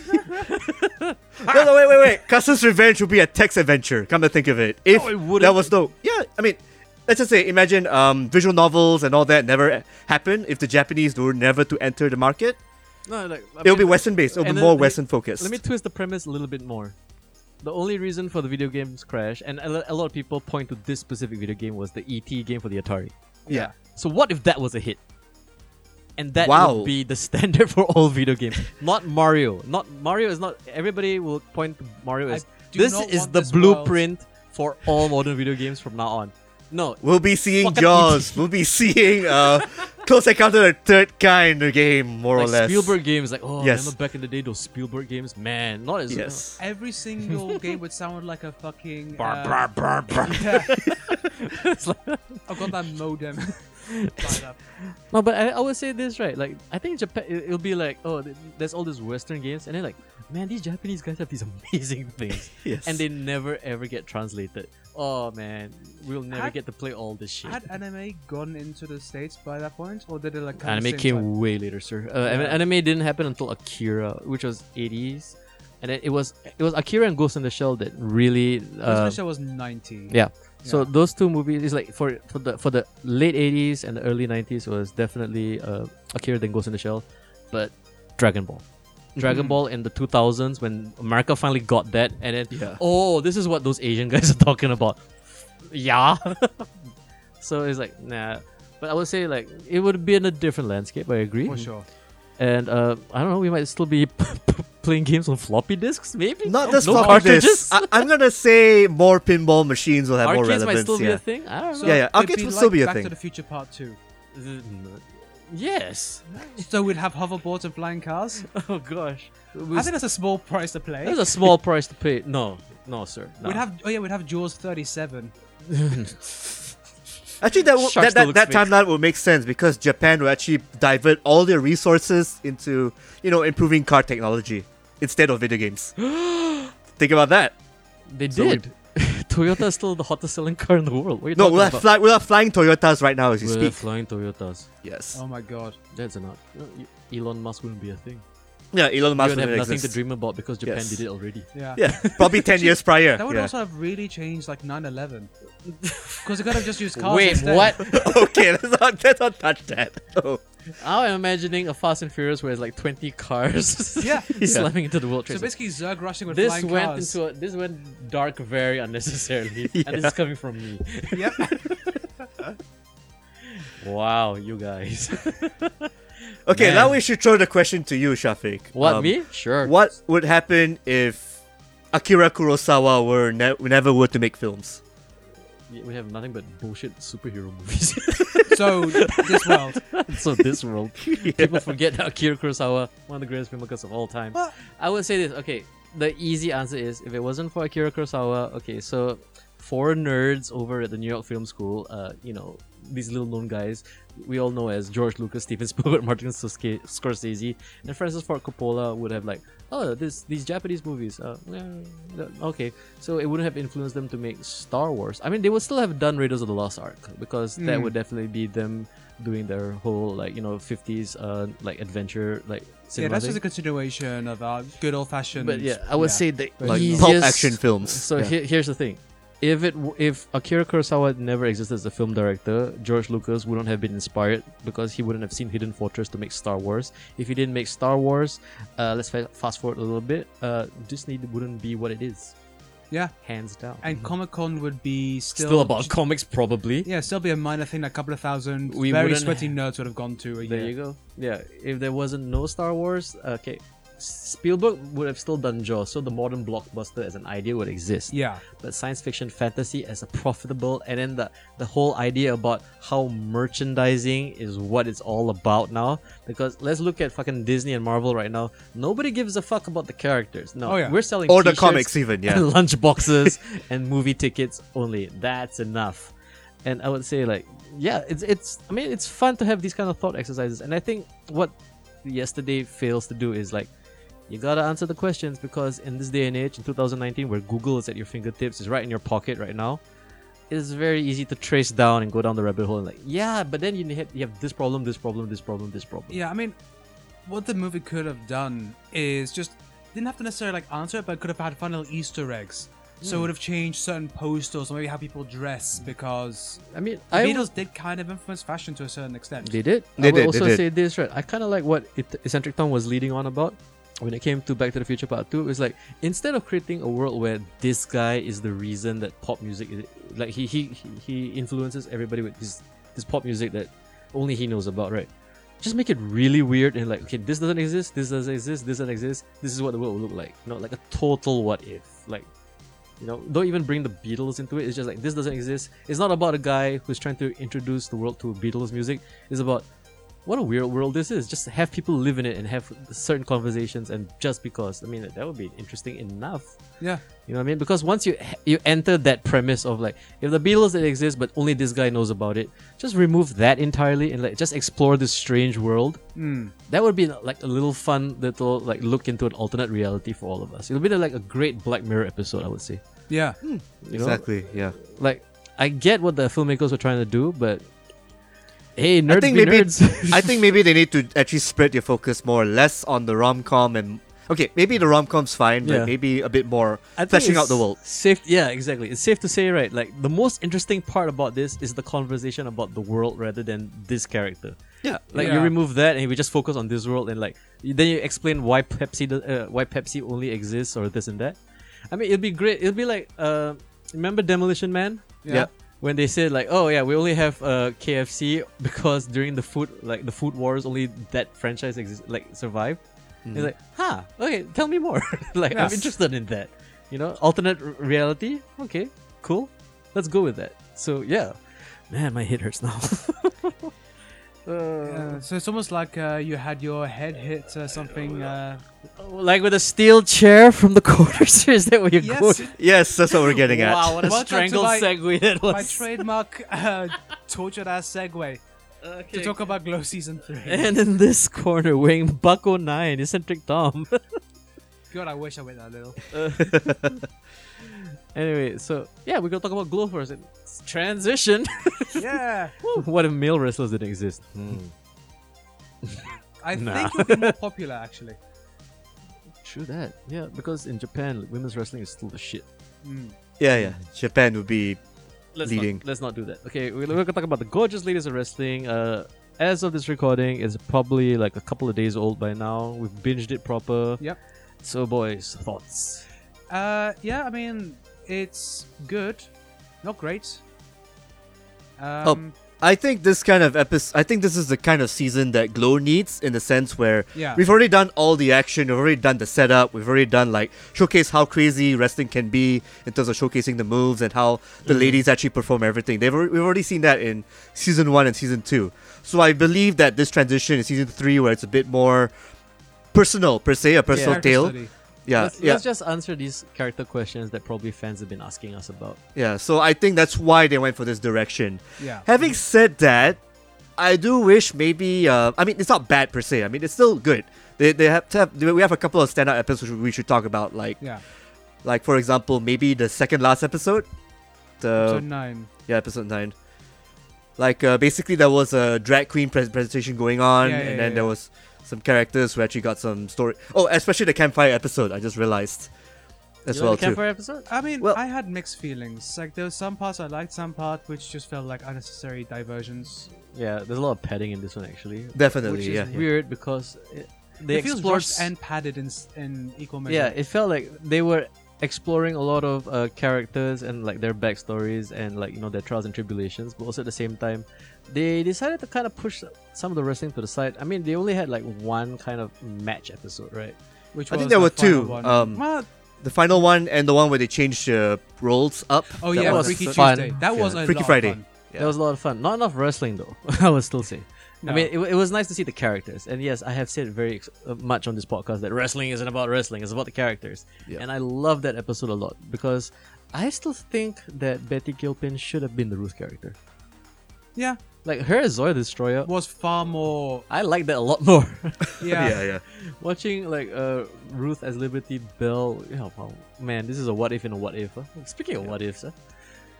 no, no, wait, wait, wait. Custer's Revenge would be a text adventure. Come to think of it, if No, it wouldn't. there was no, yeah, I mean, let's just say, imagine um, visual novels and all that never happened if the Japanese were never to enter the market. no, like, I It'll be mean, Western based. It'll be and then more let me- Western focused. Let me twist the premise a little bit more. The only reason for the video games crash, and a lo- a lot of people point to this specific video game, was the ET game for the Atari. yeah. So what if that was a hit? And that Wow. would be the standard for all video games. not Mario. Not Mario is not. Everybody will point to Mario I as do this not is want the this world." blueprint for all modern video games from now on. No, We'll be seeing Fucking Jaws. We'll be seeing uh, Close Encounter of the Third Kind of game, more like or less. Spielberg games, like oh, Yes. remember back in the day those Spielberg games? Man, not as Yes. Every single game would sound like a fucking. Brr, uh, brr, brr, brr. yeah, It's like- I've got that modem. Fired up. No, but I, I would say this right. Like I think Japan, it, it'll be like oh, th- there's all these Western games, and then like man, these Japanese guys have these amazing things, Yes. and they never ever get translated. Oh man, we'll never Had- get to play all this shit. Had anime gone into the states by that point, or did it like come anime same came time? way later, sir. Uh, I mean, Yeah. Anime didn't happen until Akira, which was 80s, and then it was it was Akira and Ghost in the Shell that really Ghost in uh, the Shell was ninety. Yeah. So Yeah. those two movies is like for for the for the late eighties and the early nineties was definitely uh, Akira then Ghost in the Shell, but Dragon Ball. Mm-hmm. Dragon Ball in the 2000s when America finally got that and then Yeah. oh this is what those Asian guys are talking about yeah so it's like nah but I would say like it would be in a different landscape I agree for sure. and uh, I don't know we might still be playing games on floppy disks maybe Not just no no cartridges I, am gonna say more pinball machines will have more arcades relevance. might still yeah. be a thing I don't know So Yeah, yeah, it'd arcades be will like still be a Back thing. to the Future Part Two. Yes. So we'd have hoverboards and flying cars. Oh gosh. I think that's a small price to play. That's a small price to pay. No, no, sir. No. We'd have oh yeah, we'd have Jaws thirty seven. Actually, that w- Shark that, still that, looks that fake. timeline would make sense because Japan will actually divert all their resources into you know improving car technology instead of video games. Think about that. they So we- did. Toyota is still the hottest selling car in the world. What are you No, talking we'll have, about? fly- we'll have flying Toyotas right now as you We'll speak. have flying Toyotas. yes. Oh my god. That's enough. Elon Musk wouldn't be a thing. yeah, Elon You Musk would have wouldn't nothing exist. to dream about because Japan Yes. did it already. Yeah. Yeah, probably ten years prior. That would Yeah. also have really changed like 9/11, because it could have just used cars. Wait, instead. what? okay, let's not let's not touch that. Oh. I'm imagining a Fast and Furious where it's like 20 cars Yeah. slamming into the World Trade So Center. basically, Zerg rushing with This flying went cars. into a, this went dark very unnecessarily, and this is coming from me. yep. Wow, you guys. Okay, Man. now we should throw the question to you, Shafiq. What Um, me? Sure. What would happen if Akira Kurosawa were ne- never were to make films? Yeah, We have nothing but bullshit superhero movies. So this world. so this world, people forget that Akira Kurosawa, one of the greatest filmmakers of all time. Well- I would say this. Okay, the easy answer is if it wasn't for Akira Kurosawa, okay, so foreign nerds over at the New York Film School, uh, you know, these little known guys we all know as George Lucas, Steven Spielberg, Martin Scorsese, Scorsese, and Francis Ford Coppola would have like, oh, this these Japanese movies. Uh, yeah, yeah, okay, so it wouldn't have influenced them to make Star Wars. I mean, they would still have done Raiders of the Lost Ark because that Mm. would definitely be them doing their whole like you know 50s uh like adventure like Yeah, cinema that's thing. just a consideration of our good old fashioned. But yeah, I would say the Like, easiest pulp action films. So Yeah. here, here's the thing: if it w- if Akira Kurosawa never existed as a film director, George Lucas wouldn't have been inspired because he wouldn't have seen Hidden Fortress to make Star Wars. If he didn't make Star Wars, uh, let's fa- fast forward a little bit. Uh, Disney wouldn't be what it is, yeah. hands down. And Comic Con would be still, Mm-hmm. still, about comics, probably. yeah, still be a minor thing that a couple of thousand very We wouldn't sweaty nerds would have gone to a There year. you go. Yeah, if there wasn't no Star Wars, okay. Spielberg would have still done Jaws, so the modern blockbuster as an idea would exist. Yeah, but science fiction fantasy as a profitable and then the, the whole idea about how merchandising is what it's all about now because let's look at fucking disney and marvel right now nobody gives a fuck about the characters no Oh, yeah. we're selling Or the t-shirts comics even, yeah. and lunch boxes and movie tickets only that's enough and i would say like yeah it's it's i mean it's fun to have these kind of thought exercises and i think what yesterday fails to do is like you gotta answer the questions because in this day and age, in 2019, where Google is at your fingertips, is right in your pocket right now. It is very easy to trace down and go down the rabbit hole and like, yeah, but then you have, you have this problem, this problem, this problem, this problem. yeah. I mean, what the movie could have done is just didn't have to necessarily like answer it, but could have had fun little Easter eggs. So Hmm. it would have changed certain posters or maybe how people dress because I mean, the I Beatles did kind of influence fashion to a certain extent. They did. They I did, would they also did. say this, right? I kind of like what it, Eccentric Tom was leading on about when it came to Back to the Future Part 2. It was like, instead of creating a world where this guy is the reason that pop music is, like, he, he, he- he influences everybody with his, his pop music that only he knows about, right? Just make it really weird and like, okay, this doesn't exist, this doesn't exist, this doesn't exist, this is what the world will look like. You know, like a total what if. Like, you know, don't even bring the Beatles into it. It's just like this doesn't exist. It's not about a guy who's trying to introduce the world to Beatles music. It's about what a weird world this is. Just have people live in it and have certain conversations. And just because, I mean, that would be interesting enough. Yeah, You know what I mean? Because once you you enter that premise of like, if the Beatles did exist, but only this guy knows about it, just remove that entirely and like just explore this strange world. Hmm. That would be like a little fun little like look into an alternate reality for all of us. It'll be like a great Black Mirror episode, I would say. yeah. You know? Exactly. Yeah. like I get what the filmmakers were trying to do, but hey, nerds I think be maybe nerds. I think maybe they need to actually spread your focus more or less on the rom com and okay, maybe the rom com's fine, Yeah. but maybe a bit more I think fleshing out the it's world. Safe, yeah, exactly. It's safe to say, right? Like the most interesting part about this is the conversation about the world rather than this character. Yeah. Like you Yeah. remove that and we just focus on this world and like then you explain why Pepsi do- uh, why Pepsi only exists or this and that. I mean, it'd be great. It'd be like uh, remember Demolition Man? Yeah. Yeah. when they said like, oh yeah, we only have uh, KFC because during the food like the food wars only that franchise exist like survived. It's like, huh, okay, tell me more. like I'm Mm. Yes. interested in that. You know, alternate r- reality. Okay, cool. Let's go with that. So yeah, man, my head hurts now. Uh, Uh, so it's almost like uh, you had your head hit uh, something. Uh, Like with a steel chair from the quarters. Is that what you're Yes. going? Yes, that's what we're getting at. Wow, what a Welcome to strangled my- segue that was. my trademark uh, tortured ass segue to Okay. talk about Glow Season 3. and in this corner, wearing Bucko 9, eccentric Tom. God, I wish I went that little. Anyway, so yeah, we're gonna talk about Glow first. It's transition. Yeah. Woo, what if male wrestlers didn't exist? I think Nah. it would be more popular, actually. True that. Yeah, because in Japan, women's wrestling is still the shit. Mm. Yeah, yeah. Japan would be Let's Leading. Not, let's not do that. Okay, we're, we're gonna talk about the gorgeous ladies of wrestling. Uh, as of this recording, it's probably like a couple of days old by now. We've binged it proper. Yep. So, boys, thoughts? Uh, yeah, I mean, it's good. Not great. Um, I think this kind of episode I think this is the kind of season that Glow needs in the sense where Yeah. Oh, we've already done all the action, we've already done the setup, we've already done like showcase how crazy wrestling can be in terms of showcasing the moves and how the Mm-hmm. ladies actually perform everything. They've alre- we've already seen that in season 1 and season 2. So I believe that this transition in season 3 where it's a bit more personal per se, a personal character tale study. Yeah, let's, yeah, let's just answer these character questions that probably fans have been asking us about. yeah. So I think that's why they went for this direction. Yeah. Having said that, I do wish maybe. Uh, I mean, it's not bad per se. I mean, it's still good. They, they have to have. We have a couple of standout episodes we should talk about. Like Yeah. like for example, maybe the second last episode. The so nine. yeah, episode nine. Like uh, basically, there was a drag queen pres presentation going on, Yeah, yeah, and then yeah, there yeah. was some characters who actually got some story. Oh, especially the campfire episode. I just realized as you well like the too. campfire episode? I mean, Well- I had mixed feelings. Like there were some parts I liked, some part which just felt like unnecessary diversions. Yeah, there's a lot of padding in this one actually, Definitely, which yeah. is weird because it, they it feels explored rushed and padded in s- in equal measure. yeah, it felt like they were exploring a lot of uh, characters and like their backstories and like you know their trials and tribulations, but also at the same time, they decided to kind of push some of the wrestling to the side. I mean, they only had like one kind of match episode, right? Which I think was there the were two, final one. um, Well, The final one and the one where they changed the roles up. oh That yeah, was Freaky fun. Tuesday. That was Yeah. a Freaky lot of Friday. fun. Yeah. That was a lot of fun. Not enough wrestling though. I would still say. No. I mean, it, wa- it was nice to see the characters, and yes, I have said very ex- uh, much on this podcast that wrestling isn't about wrestling; it's about the characters. Yeah. And I love that episode a lot because I still think that Betty Gilpin should have been the Ruth character. yeah, Like her as Zoya Destroyer, was far more. I like that a lot more. Yeah, yeah, yeah. Watching like uh, Ruth as Liberty Bell, yeah, wow, man, this is a what if in a what if. huh? Speaking of what ifs, huh?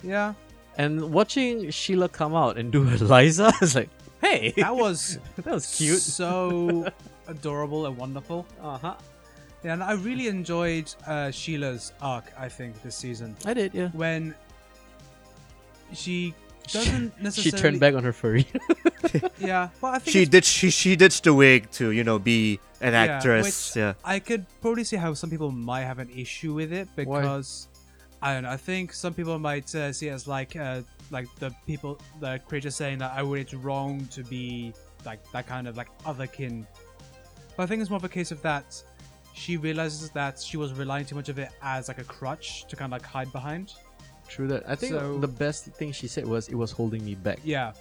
yeah. and watching Sheila come out and do Eliza, it's like, hey, That was that was cute. so adorable and wonderful. Uh huh. Yeah, and I really enjoyed uh, Sheila's arc. I think this season I did, yeah. when she doesn't She necessarily turned back on her furry. Yeah, well, I think She it's- did. She she ditched the wig to you know be an Yeah, actress. which Yeah. I could probably see how some people might have an issue with it because I don't know. I think some people might uh, see it as like uh, like the people, the creators saying that oh, it's wrong to be like that kind of like other kin. But I think it's more of a case of that she realizes that she was relying too much of it as like a crutch to kind of like hide behind. True that. I think So- the best thing she said was it was holding me back. Yeah, Like,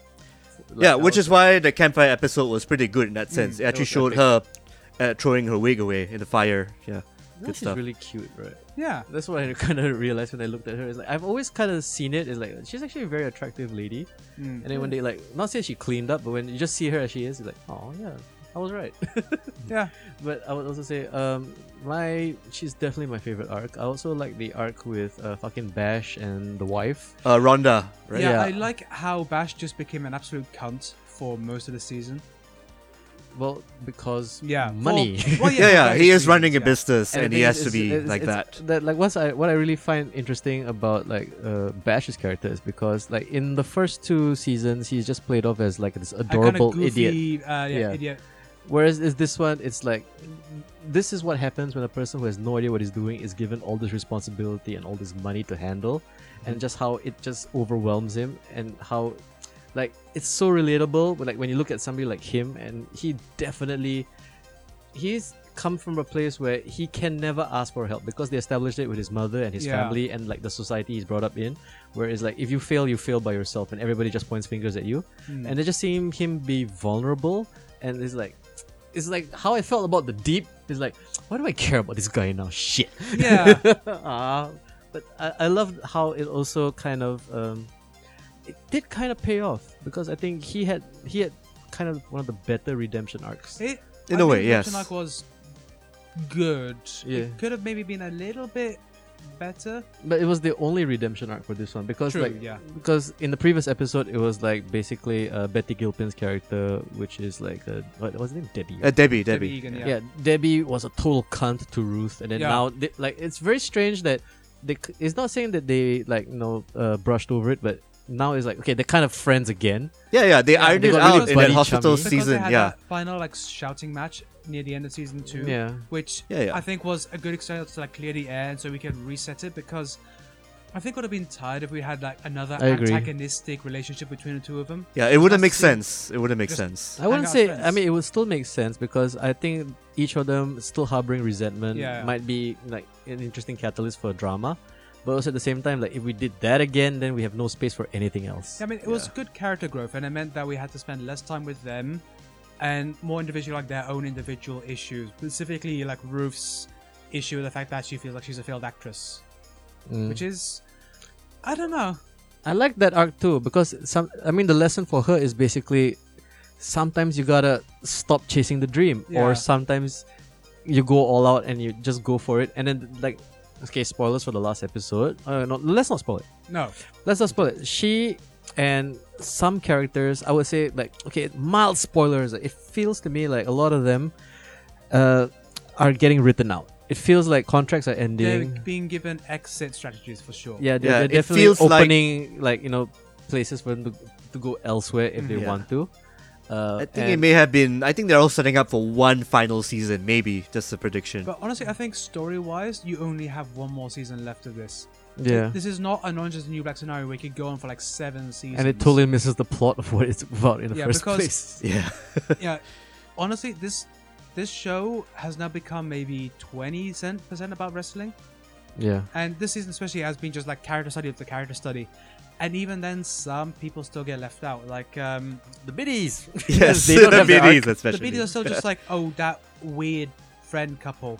Yeah, that which was- is why the campfire episode was pretty good in Mm, that sense. it actually was showed her uh, throwing her wig away in the fire. Yeah, that good she's stuff. really cute, right? yeah, That's what I kind of realized when I looked at her. Is like I've always kind of seen it. Is like she's actually a very attractive lady, Mm. and then when they like not say she cleaned up, but when you just see her as she is, you're like, oh yeah, I was right. yeah. but I would also say, um, my she's definitely my favorite arc. I also like the arc with uh, fucking Bash and the wife. Uh, Rhonda, right? Yeah, Yeah. I like how Bash just became an absolute cunt for most of the season. Well, because Yeah, for- money. well, for Yeah, yeah, various he is running a reasons, yeah. business and, the he thing has is, to be it's- like it's- that. That like what's I what I really find interesting about like uh, Bash's character is because like in the first two seasons he's just played off as like this a kind adorable of goofy, idiot, Uh, yeah, Yeah. idiot. whereas is this one it's like this is what happens when a person who has no idea what he's doing is given all this responsibility and all this money to handle, and just how it just overwhelms him and how. Like it's so relatable, but like when you look at somebody like him, and he definitely he's come from a place where he can never ask for help because they established it with his mother and his Yeah. family and like the society he's brought up in whereas like if you fail you fail by yourself and everybody just points fingers at you Mm. and they just seeing him be vulnerable and it's like it's like how i felt about the deep is like why do i care about this guy now shit Yeah, Ah, but I, I loved how it also kind of um, it did kind of pay off because i think he had he had kind of one of the better redemption arcs it, In I a way, think yes. Captain Arc was good. Yeah. It could have maybe been a little bit better. But it was the only redemption arc for this one because True, like yeah. because in the previous episode it was like basically uh, Betty Gilpin's character which is like uh what was her name Debbie. Uh, Debbie Debbie, Debbie. Egan, yeah. yeah. Debbie was a total cunt to Ruth and then Yeah. now they, like it's very strange that they c- it's not saying that they like you know uh, brushed over it but now it's like okay they're kind of friends again. Yeah, yeah, they Yeah, ironed they it got rid of out in that Buddy hospital Chummy. Because season. they had Yeah, that final like shouting match near the end of season two. Yeah. Which Yeah, yeah. I think was a good excuse to like clear the air and so we can reset it because I think would have been tired if we had like another I agree. antagonistic relationship between the two of them. yeah, it wouldn't make Just- sense. It wouldn't make just- sense. I wouldn't out say. friends. I mean, it would still make sense because I think each of them still harboring resentment Yeah. might be like an interesting catalyst for drama, but also at the same time, like if we did that again, then we have no space for anything else. I mean, it was good character growth, and it meant that we had to spend less time with them and more individual, like their own individual issues, specifically like Ruth's issue with the fact that she feels like she's a failed actress, Mm. which is, I don't know. I like that arc too because some. I mean, the lesson for her is basically sometimes you gotta stop chasing the dream, Yeah. or sometimes you go all out and you just go for it, and then like. Okay, spoilers for the last episode. Uh, no, let's not spoil it. No, Let's not spoil it. She and some characters, I would say, like okay, mild spoilers. It feels to me like a lot of them uh, are getting written out. It feels like contracts are they're ending. being given exit strategies for sure. Yeah, they're, Yeah, they're it definitely feels like- opening like, you know places for them to, to go elsewhere if they Yeah. want to. Uh, I think it and- may have been. I think they're all setting up for one final season, maybe. Just a prediction. But honestly, I think story-wise, you only have one more season left of this. yeah, This is not an Orange is the New Black scenario where it could go on for like seven seasons. and it totally misses the plot of what it's about in the Yeah, first because- place. yeah. yeah. Honestly, this this show has now become maybe twenty percent about wrestling, Yeah, and this season especially has been just like character study after character study, and even then, some people still get left out. Like um, the biddies. Yes, they don't the have their BDs the especially. videos are still just like, oh, that weird friend couple,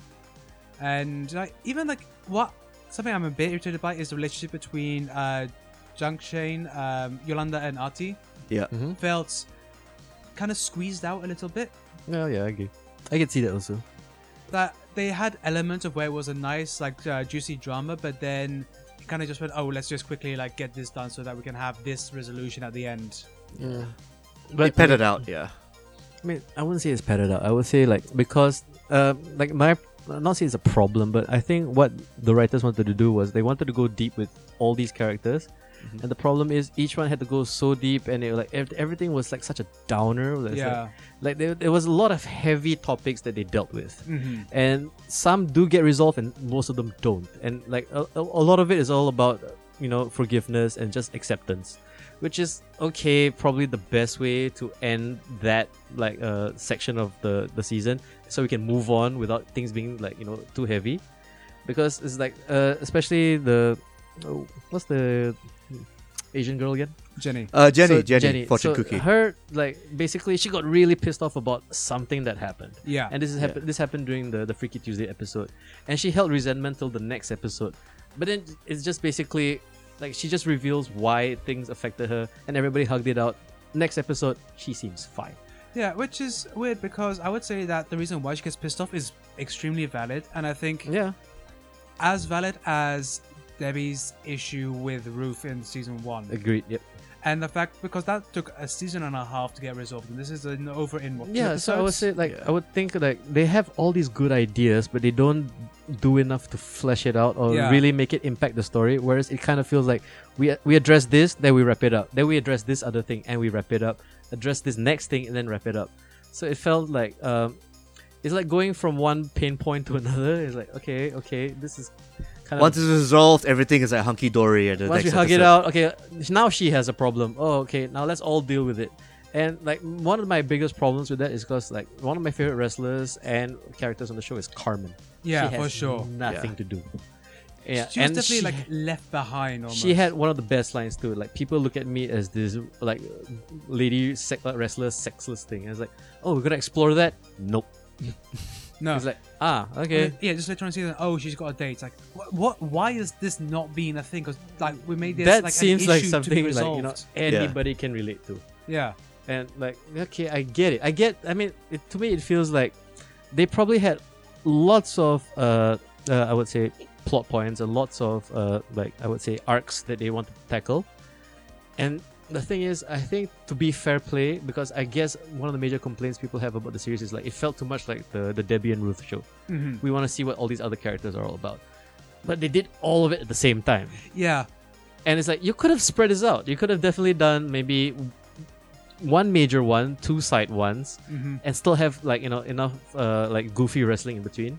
and like even like what something I'm a bit irritated by is the relationship between uh, Junk Shane, um, Yolanda, and Artie. yeah. hmm felt kind of squeezed out a little bit. Yeah, yeah, I agree. I can see that also. That they had elements of where it was a nice, like, uh, juicy drama, but then it kind of just went, oh, let's just quickly like get this done so that we can have this resolution at the end. Yeah, They but pet it out. Yeah. I mean, I wouldn't say it's padded out. I would say like because uh, like my not say it's a problem, but I think what the writers wanted to do was they wanted to go deep with all these characters, Mhm. and the problem is each one had to go so deep, and it like ev- everything was like such a downer. It was, like- yeah. like, there, there was a lot of heavy topics that they dealt with. hmm And some do get resolved, and most of them don't. And like a, a a lot of it is all about you know forgiveness and just acceptance, which is okay, probably the best way to end that like uh, section of the the season, so we can move on without things being like you know too heavy, because it's like uh, especially the oh, what's the Asian girl again? Jenny. Uh, Jenny, So, Jenny, fortune so cookie. Her like basically she got really pissed off about something that happened. Yeah. And this is happen- this happened during the, the Freaky Tuesday episode. And she held resentment till the next episode. But then it's just basically like she just reveals why things affected her and everybody hugged it out. Next episode, she seems fine. yeah, which is weird because I would say that the reason why she gets pissed off is extremely valid, and I think Yeah. as valid as Debbie's issue with Ruth in season one, Agreed. Yep. and the fact because that took a season and a half to get resolved, and this is an over in what two Yeah, so I would episodes? say like I would think like they have all these good ideas, but they don't do enough to flesh it out or Yeah. really make it impact the story. Whereas it kind of feels like we we address this, then we wrap it up. Then we address this other thing and we wrap it up. Address this next thing and then wrap it up. So it felt like um, it's like going from one pain point to another. It's like okay, okay, this is kind of Once it's resolved, everything is like hunky dory. And the once we next hug it episode. out, okay, now she has a problem. Oh, okay, now let's all deal with it. And like one of my biggest problems with that is because like one of my favorite wrestlers and characters on the show is Carmen. yeah, She for has sure. Nothing Yeah. to do. Yeah, She was and definitely she- like left behind. Almost. she had one of the best lines too. Like people look at me as this like lady sex, uh, wrestler sexless thing. And it's like, oh, we're gonna explore that. Nope. no. It's like, ah, okay. Yeah, just later on in the season. Oh, she's got a date. Like, what? what why is this not being a thing? Because like we made this. that like, an seems like issue to be something like you know resolved. anybody can relate to. Yeah. and like okay i get it i get i mean it, to me it feels like they probably had lots of uh, uh i would say plot points and lots of uh like i would say arcs that they wanted to tackle and the thing is i think to be fair play because i guess one of the major complaints people have about the series is like it felt too much like the the debbie and ruth show hmm we want to see what all these other characters are all about but they did all of it at the same time Yeah. and it's like you could have spread this out. You could have definitely done maybe one major one, two side ones, hmm and still have like you know enough uh, like goofy wrestling in between.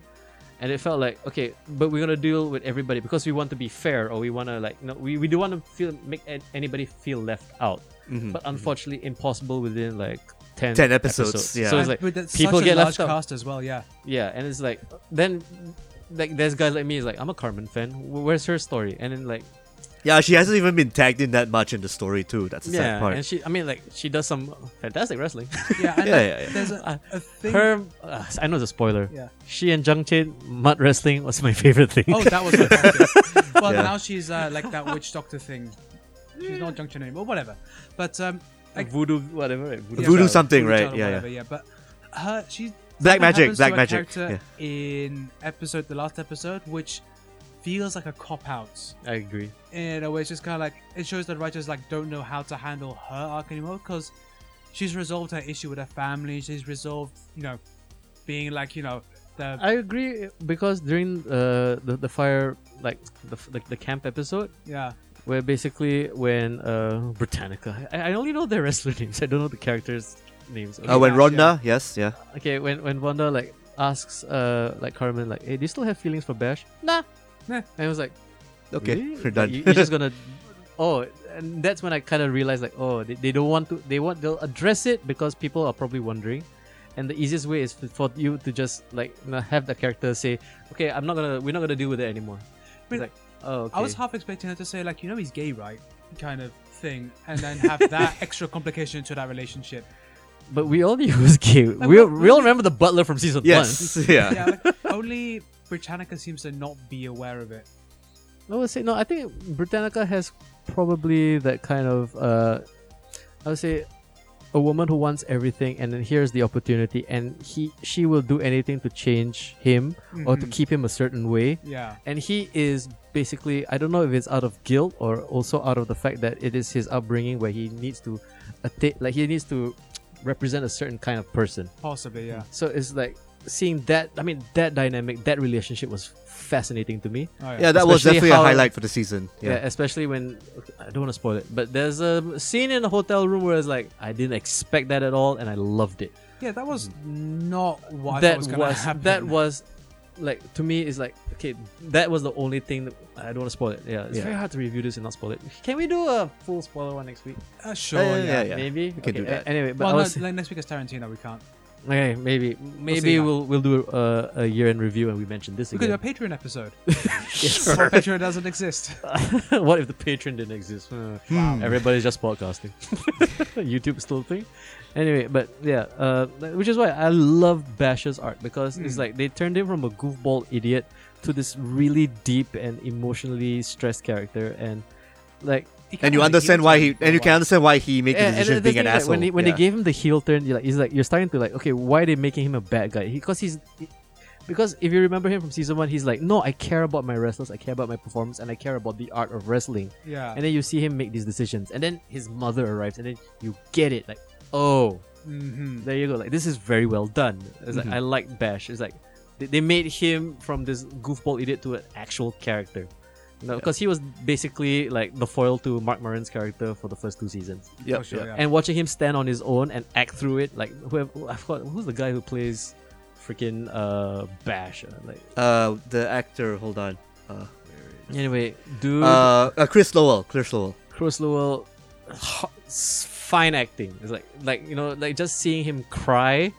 And it felt like okay, but we're gonna deal with everybody because we want to be fair, or we want to like you know, we, we do want to feel make an- anybody feel left out. Mhm. But uh, unfortunately, impossible within like ten, 10 episodes, yeah. So I it's like but that's people such get a large left out. cast as well. Yeah. yeah, and it's like then like there's guys like me is like I'm a Carmen fan. Wh- Where's her story? And then like Yeah, she hasn't even been tagged in that much in the story too. That's the sad yeah, part. and she, I mean, like she does some fantastic wrestling. Yeah, and Yeah, like, yeah, yeah. there's a, a thing. Her, uh, I know it's a spoiler. Yeah. She and Jung Chin mud wrestling was my favorite thing. Oh, that was fantastic. well, Yeah. now she's uh, like that witch doctor thing. She's not junction anymore, whatever. But um, like- voodoo, whatever. Right? Voodoo, yeah, Voodoo but- style. something, Voodoo right? child or Yeah, yeah. whatever, yeah. But her, she something Black magic, happens to black a magic, character In episode, the last episode, which feels like a cop out. I agree. in a way it's just kind of like it shows that writers like don't know how to handle her arc anymore because she's resolved her issue with her family she's resolved you know being like you know the I agree because during uh, the the fire like the, the the camp episode yeah where basically when uh, Britannica, I, I only know their wrestler names. I don't know the characters' names. Uh, when Raj, yeah. Rhonda, yes, yeah. Okay, when when Wanda like asks uh like Carmen like, hey, do you still have feelings for Bash? Nah. Nah. And I was like, Okay, really? we're done. Like, you, are just gonna. Oh, and that's when I kind of realized like, oh, they, they don't want to. They want they'll address it because people are probably wondering, and the easiest way is f- for you to just like you know, have the character say, okay, I'm not gonna. We're not gonna deal with it anymore. It's Wait, like, oh, okay. i was half expecting her to say like you know he's gay right kind of thing and then have that extra complication to that relationship but we all knew it was gay. we all, we all remember the butler from season Yes, yeah. yeah like, only britannica seems to not be aware of it one. I would say no. I think Britannica has probably that kind of. Uh, I would say. A woman who wants everything, and then here's the opportunity, and he, she will do anything to change him or to Mhm. keep him a certain way. yeah And he is basically, I don't know if it's out of guilt or also out of the fact that it is his upbringing where he needs to, atta- like, he needs to represent a certain kind of person. possibly yeah So it's like seeing that, I mean, that dynamic, that relationship was fascinating to me. oh, Yeah, that was Especially definitely a how- highlight for the season. Yeah, Yeah. especially when, okay, I don't want to spoil it, but there's a scene in a hotel room where it's like, I didn't expect that at all and I loved it. Yeah, that was not what I thought Mm-hmm. that was was, gonna happen that was like to me is like okay that was the only thing that I don't want to spoil it yeah it's Yeah. very hard to review this and not spoil it can we do a full spoiler one next week uh, sure Yeah, yeah, yeah, yeah, yeah. maybe we can do Okay, that. a- anyway but well I no, was, like, next week is tarantino we can't okay maybe see maybe that. we'll we'll do a, a year end review and we mention this We could do a again Patreon episode. Yes. But Patreon doesn't exist. what if the patron didn't exist Uh, Huh. Hmm. everybody's just podcasting YouTube still a thing anyway but yeah uh, like- which is why I love Bash's art because it's Mm. like they turned him from a goofball idiot to this really deep and emotionally stressed character and like And you understand why he and you can understand why he made the and- decision and of being thing an is, like, asshole. when, they, when yeah. they gave him the heel turn you're like, he's like you're starting to like okay why are they making him a bad guy because he's because if you remember him from season one he's like no I care about my wrestlers I care about my performance and I care about the art of wrestling Yeah. and then you see him make these decisions and then his mother arrives and then you get it like oh Mhm. there you go like this is very well done it's like Mhm. i like bash it's like they, they made him from this goofball idiot to an actual character because he was basically like the foil to mark maron's character for the first two seasons Yep, Oh, sure, yep. yeah. and watching him stand on his own and act through it like whoever i forgot who's the guy who plays freaking uh bash uh, like Uh, the actor, hold on. Uh, anyway dude uh, uh, Chris Lowell. Chris Lowell. Chris Lowell, ho- s- fine acting. It's like like you know like just seeing him cry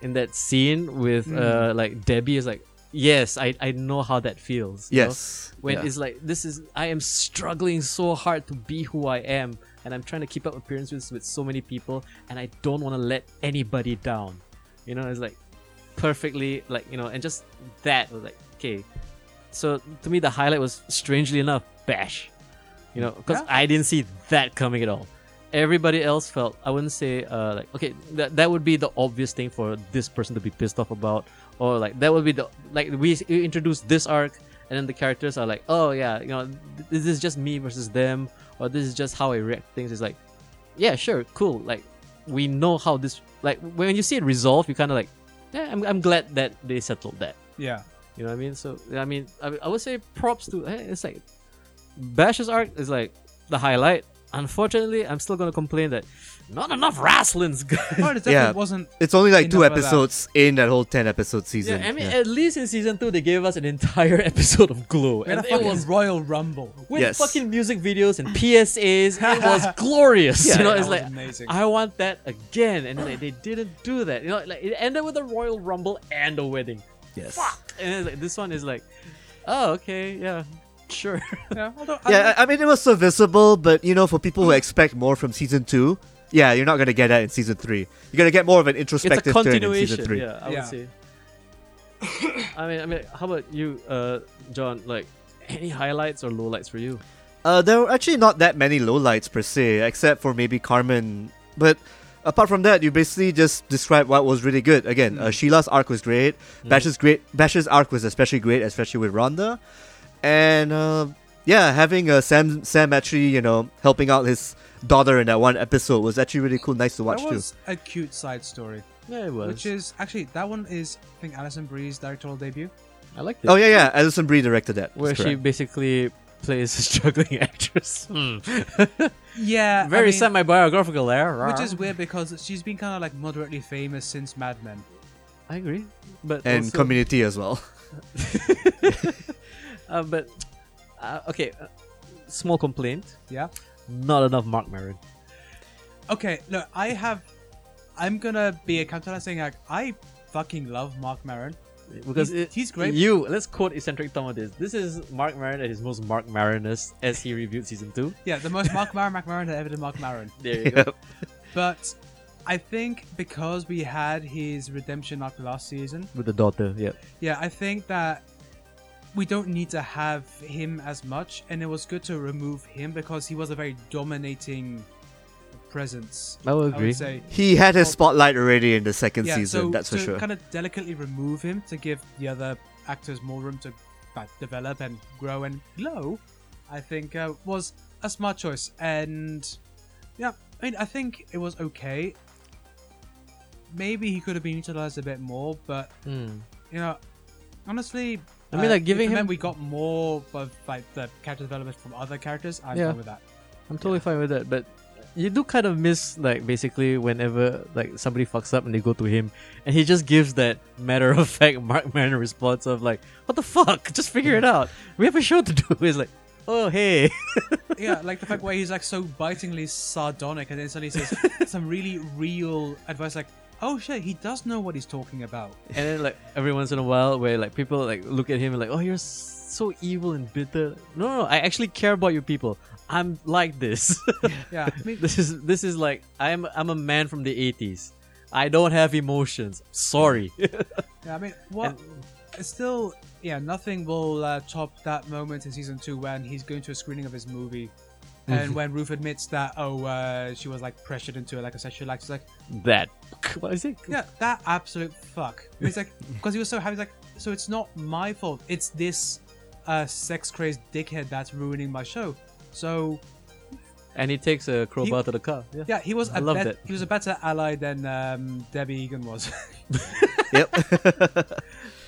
in that scene with Mm. uh like Debbie is like yes I I know how that feels. you know? Yes. When yeah. it's like this is I am struggling so hard to be who I am and I'm trying to keep up appearances with so many people and I don't want to let anybody down. You know, it's like perfectly like you know and just that was like okay. So to me the highlight was strangely enough Bash. You know, because Yeah. I didn't see that coming at all. Everybody else felt I wouldn't say uh, like okay that that would be the obvious thing for this person to be pissed off about or like that would be the like we s- we introduced this arc and then the characters are like oh yeah you know th- this is just me versus them or this is just how I react to things. It's like yeah sure cool like we know how this like when you see it resolve you kind of like yeah I'm I'm glad that they settled that. Yeah. You know what I mean? So I mean, I, I would say props to. eh, It's like Bash's arc is like the highlight. Unfortunately, I'm still gonna complain that not enough wrestling's good. Well, it definitely Yeah. wasn't. It's only like two Enough of that. episodes in that whole ten episode Yeah, season. I mean, yeah. at least in season two, they gave us an entire episode of Glow, We had and a it fucking was Royal Rumble. with Yes. fucking music videos and PSAs. it was glorious. Yeah, you know, that it's was like amazing. I want that again, and like, they didn't do that. You know, like it ended with a Royal Rumble and a wedding. yes. And then, like, this one is like, oh okay, yeah. sure. Yeah, although Yeah, I I mean it was serviceable, but you know, for people who Hmm. expect more from season two, yeah, you're not gonna get that in season three. You're gonna get more of an it's a introspective turn in season continuation. three. Yeah, I Yeah. would say. I mean, I mean, how about you, uh, John? Like, any highlights or lowlights for you? Uh, there were actually not that many lowlights per se, except for maybe Carmen. But apart from that, you basically just described what was really good. Again, uh, Mm. Sheila's arc was great. Mm. Bash's great. Bash's arc was especially great, especially with Rhonda, and uh, yeah, having uh, Sam Sam actually you know helping out his daughter in that one episode was actually really cool. Nice to watch that too. was a cute side story, Yeah, it was. which is actually that one is I think Alison Bree's directorial debut. I liked it. Oh yeah, yeah. Alison Brie directed that. where That's she correct. basically plays a struggling actress. Yeah, I Very mean, semi-biographical there. Which is weird because she's been kind of like moderately famous since Mad Men. I agree, but and also- Community as well. uh, but uh, okay, uh, small complaint. Yeah. Not enough Mark Maron. Okay, look, I have. I'm gonna be a counter-saying like I fucking love Mark Maron. because He's- it- he's great. You let's quote eccentric Tom on this. This is Mark Maron at his most Mark Maronist as he reviewed season two. Yeah, the most Mark Maron Mark Maron that ever did Mark Maron. There you go. But I think because we had his redemption arc last season, With the daughter, yeah. yeah, I think that we don't need to have him as much, and it was good to remove him because he was a very dominating presence. I would I agree. would say. He had his spotlight already in the second Oh. yeah, season. so that's for to sure. kind of delicately remove him to give the other actors more room to like, develop and grow and glow, I think uh, was a smart choice. And yeah, I mean, I think it was okay. Maybe he could have been utilized a bit more, but Hmm. you know, honestly, I mean, like, giving if it meant him- we got more of like the character development from other characters. I'm Yeah. fine with that. I'm totally fine with that, but you do kind of miss like basically whenever like somebody fucks up and they go to him and he just gives that matter of fact Mark Maron response of like, What the fuck? Just figure it out. We have a show to do. He's like, Oh hey. yeah, like the fact where he's like so bitingly sardonic, and then suddenly says some really real advice, like, "Oh shit, he does know what he's talking about." and then like every once in a while where like people like look at him and like, Oh you're so evil and bitter. No no, no I actually care about you people. I'm like this. Yeah, I mean, this is this is like I'm I'm a man from the eighties. I don't have emotions. Sorry. yeah, I mean, what? It's still, yeah, nothing will uh, top that moment in season two when he's going to a screening of his movie. And when Ruth admits that, oh, uh, she was like pressured into like a sexual act, she's like, that what is it? yeah, that absolute fuck. And He's like, because he was so happy, he's like, so it's not my fault. It's this uh, sex crazed dickhead that's ruining my show. So And he takes a crowbar to the car. Yeah. Yeah, he was I a loved bet- it. he was a better ally than um, Debbie Egan was. yep.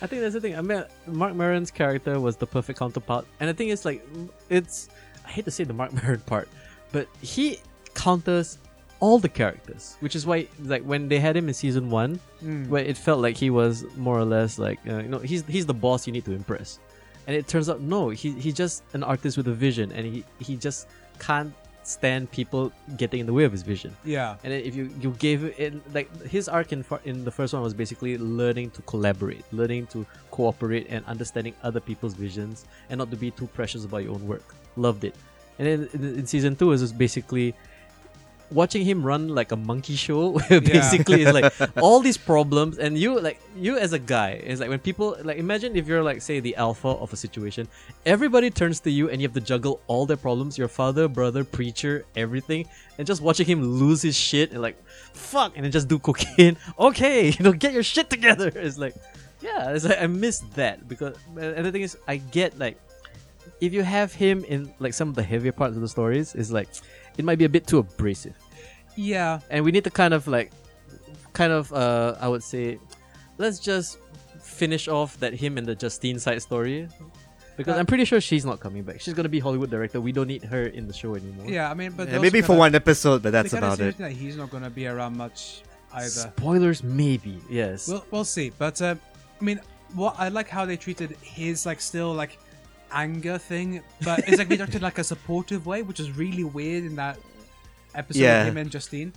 I think that's the thing. I mean, Mark Maron's character was the perfect counterpart. And the thing is, like, it's. I hate to say the Mark Maron part, but he counters all the characters, which is why, like, when they had him in season one, Hmm. Hmm. where it felt like he was more or less like, uh, you know, he's he's the boss you need to impress. And it turns out, no, he, he's just an artist with a vision, and he, he just can't stand people getting in the way of his vision. yeah, And then if you you gave it like his arc in fir- in the first one was basically learning to collaborate, learning to cooperate, and understanding other people's visions, and not to be too precious about your own work. Loved it. And then in, in season two is just basically watching him run like a monkey show Yeah. where basically it's like all these problems and you like you as a guy it's like when people like imagine if you're like say the alpha of a situation everybody turns to you and you have to juggle all their problems your father brother preacher everything and just watching him lose his shit and like fuck and then just do cocaine okay you know get your shit together it's like yeah it's like i miss that because and the thing is i get like if you have him in like some of the heavier parts of the stories it's like it might be a bit too abrasive yeah, and we need to kind of like kind of uh i would say let's just finish off that him and the justine side story because Uh, i'm pretty sure she's not coming back she's gonna be hollywood director we don't need her in the show anymore yeah. I mean, but Yeah, maybe for one episode, but that's about it. That he's not going to be around much either. spoilers maybe yes We'll we'll see. But um, I mean, what I like how they treated his like still like anger thing, but it's like they directed like a supportive way, which is really weird in that episode Yeah. with him and Justine.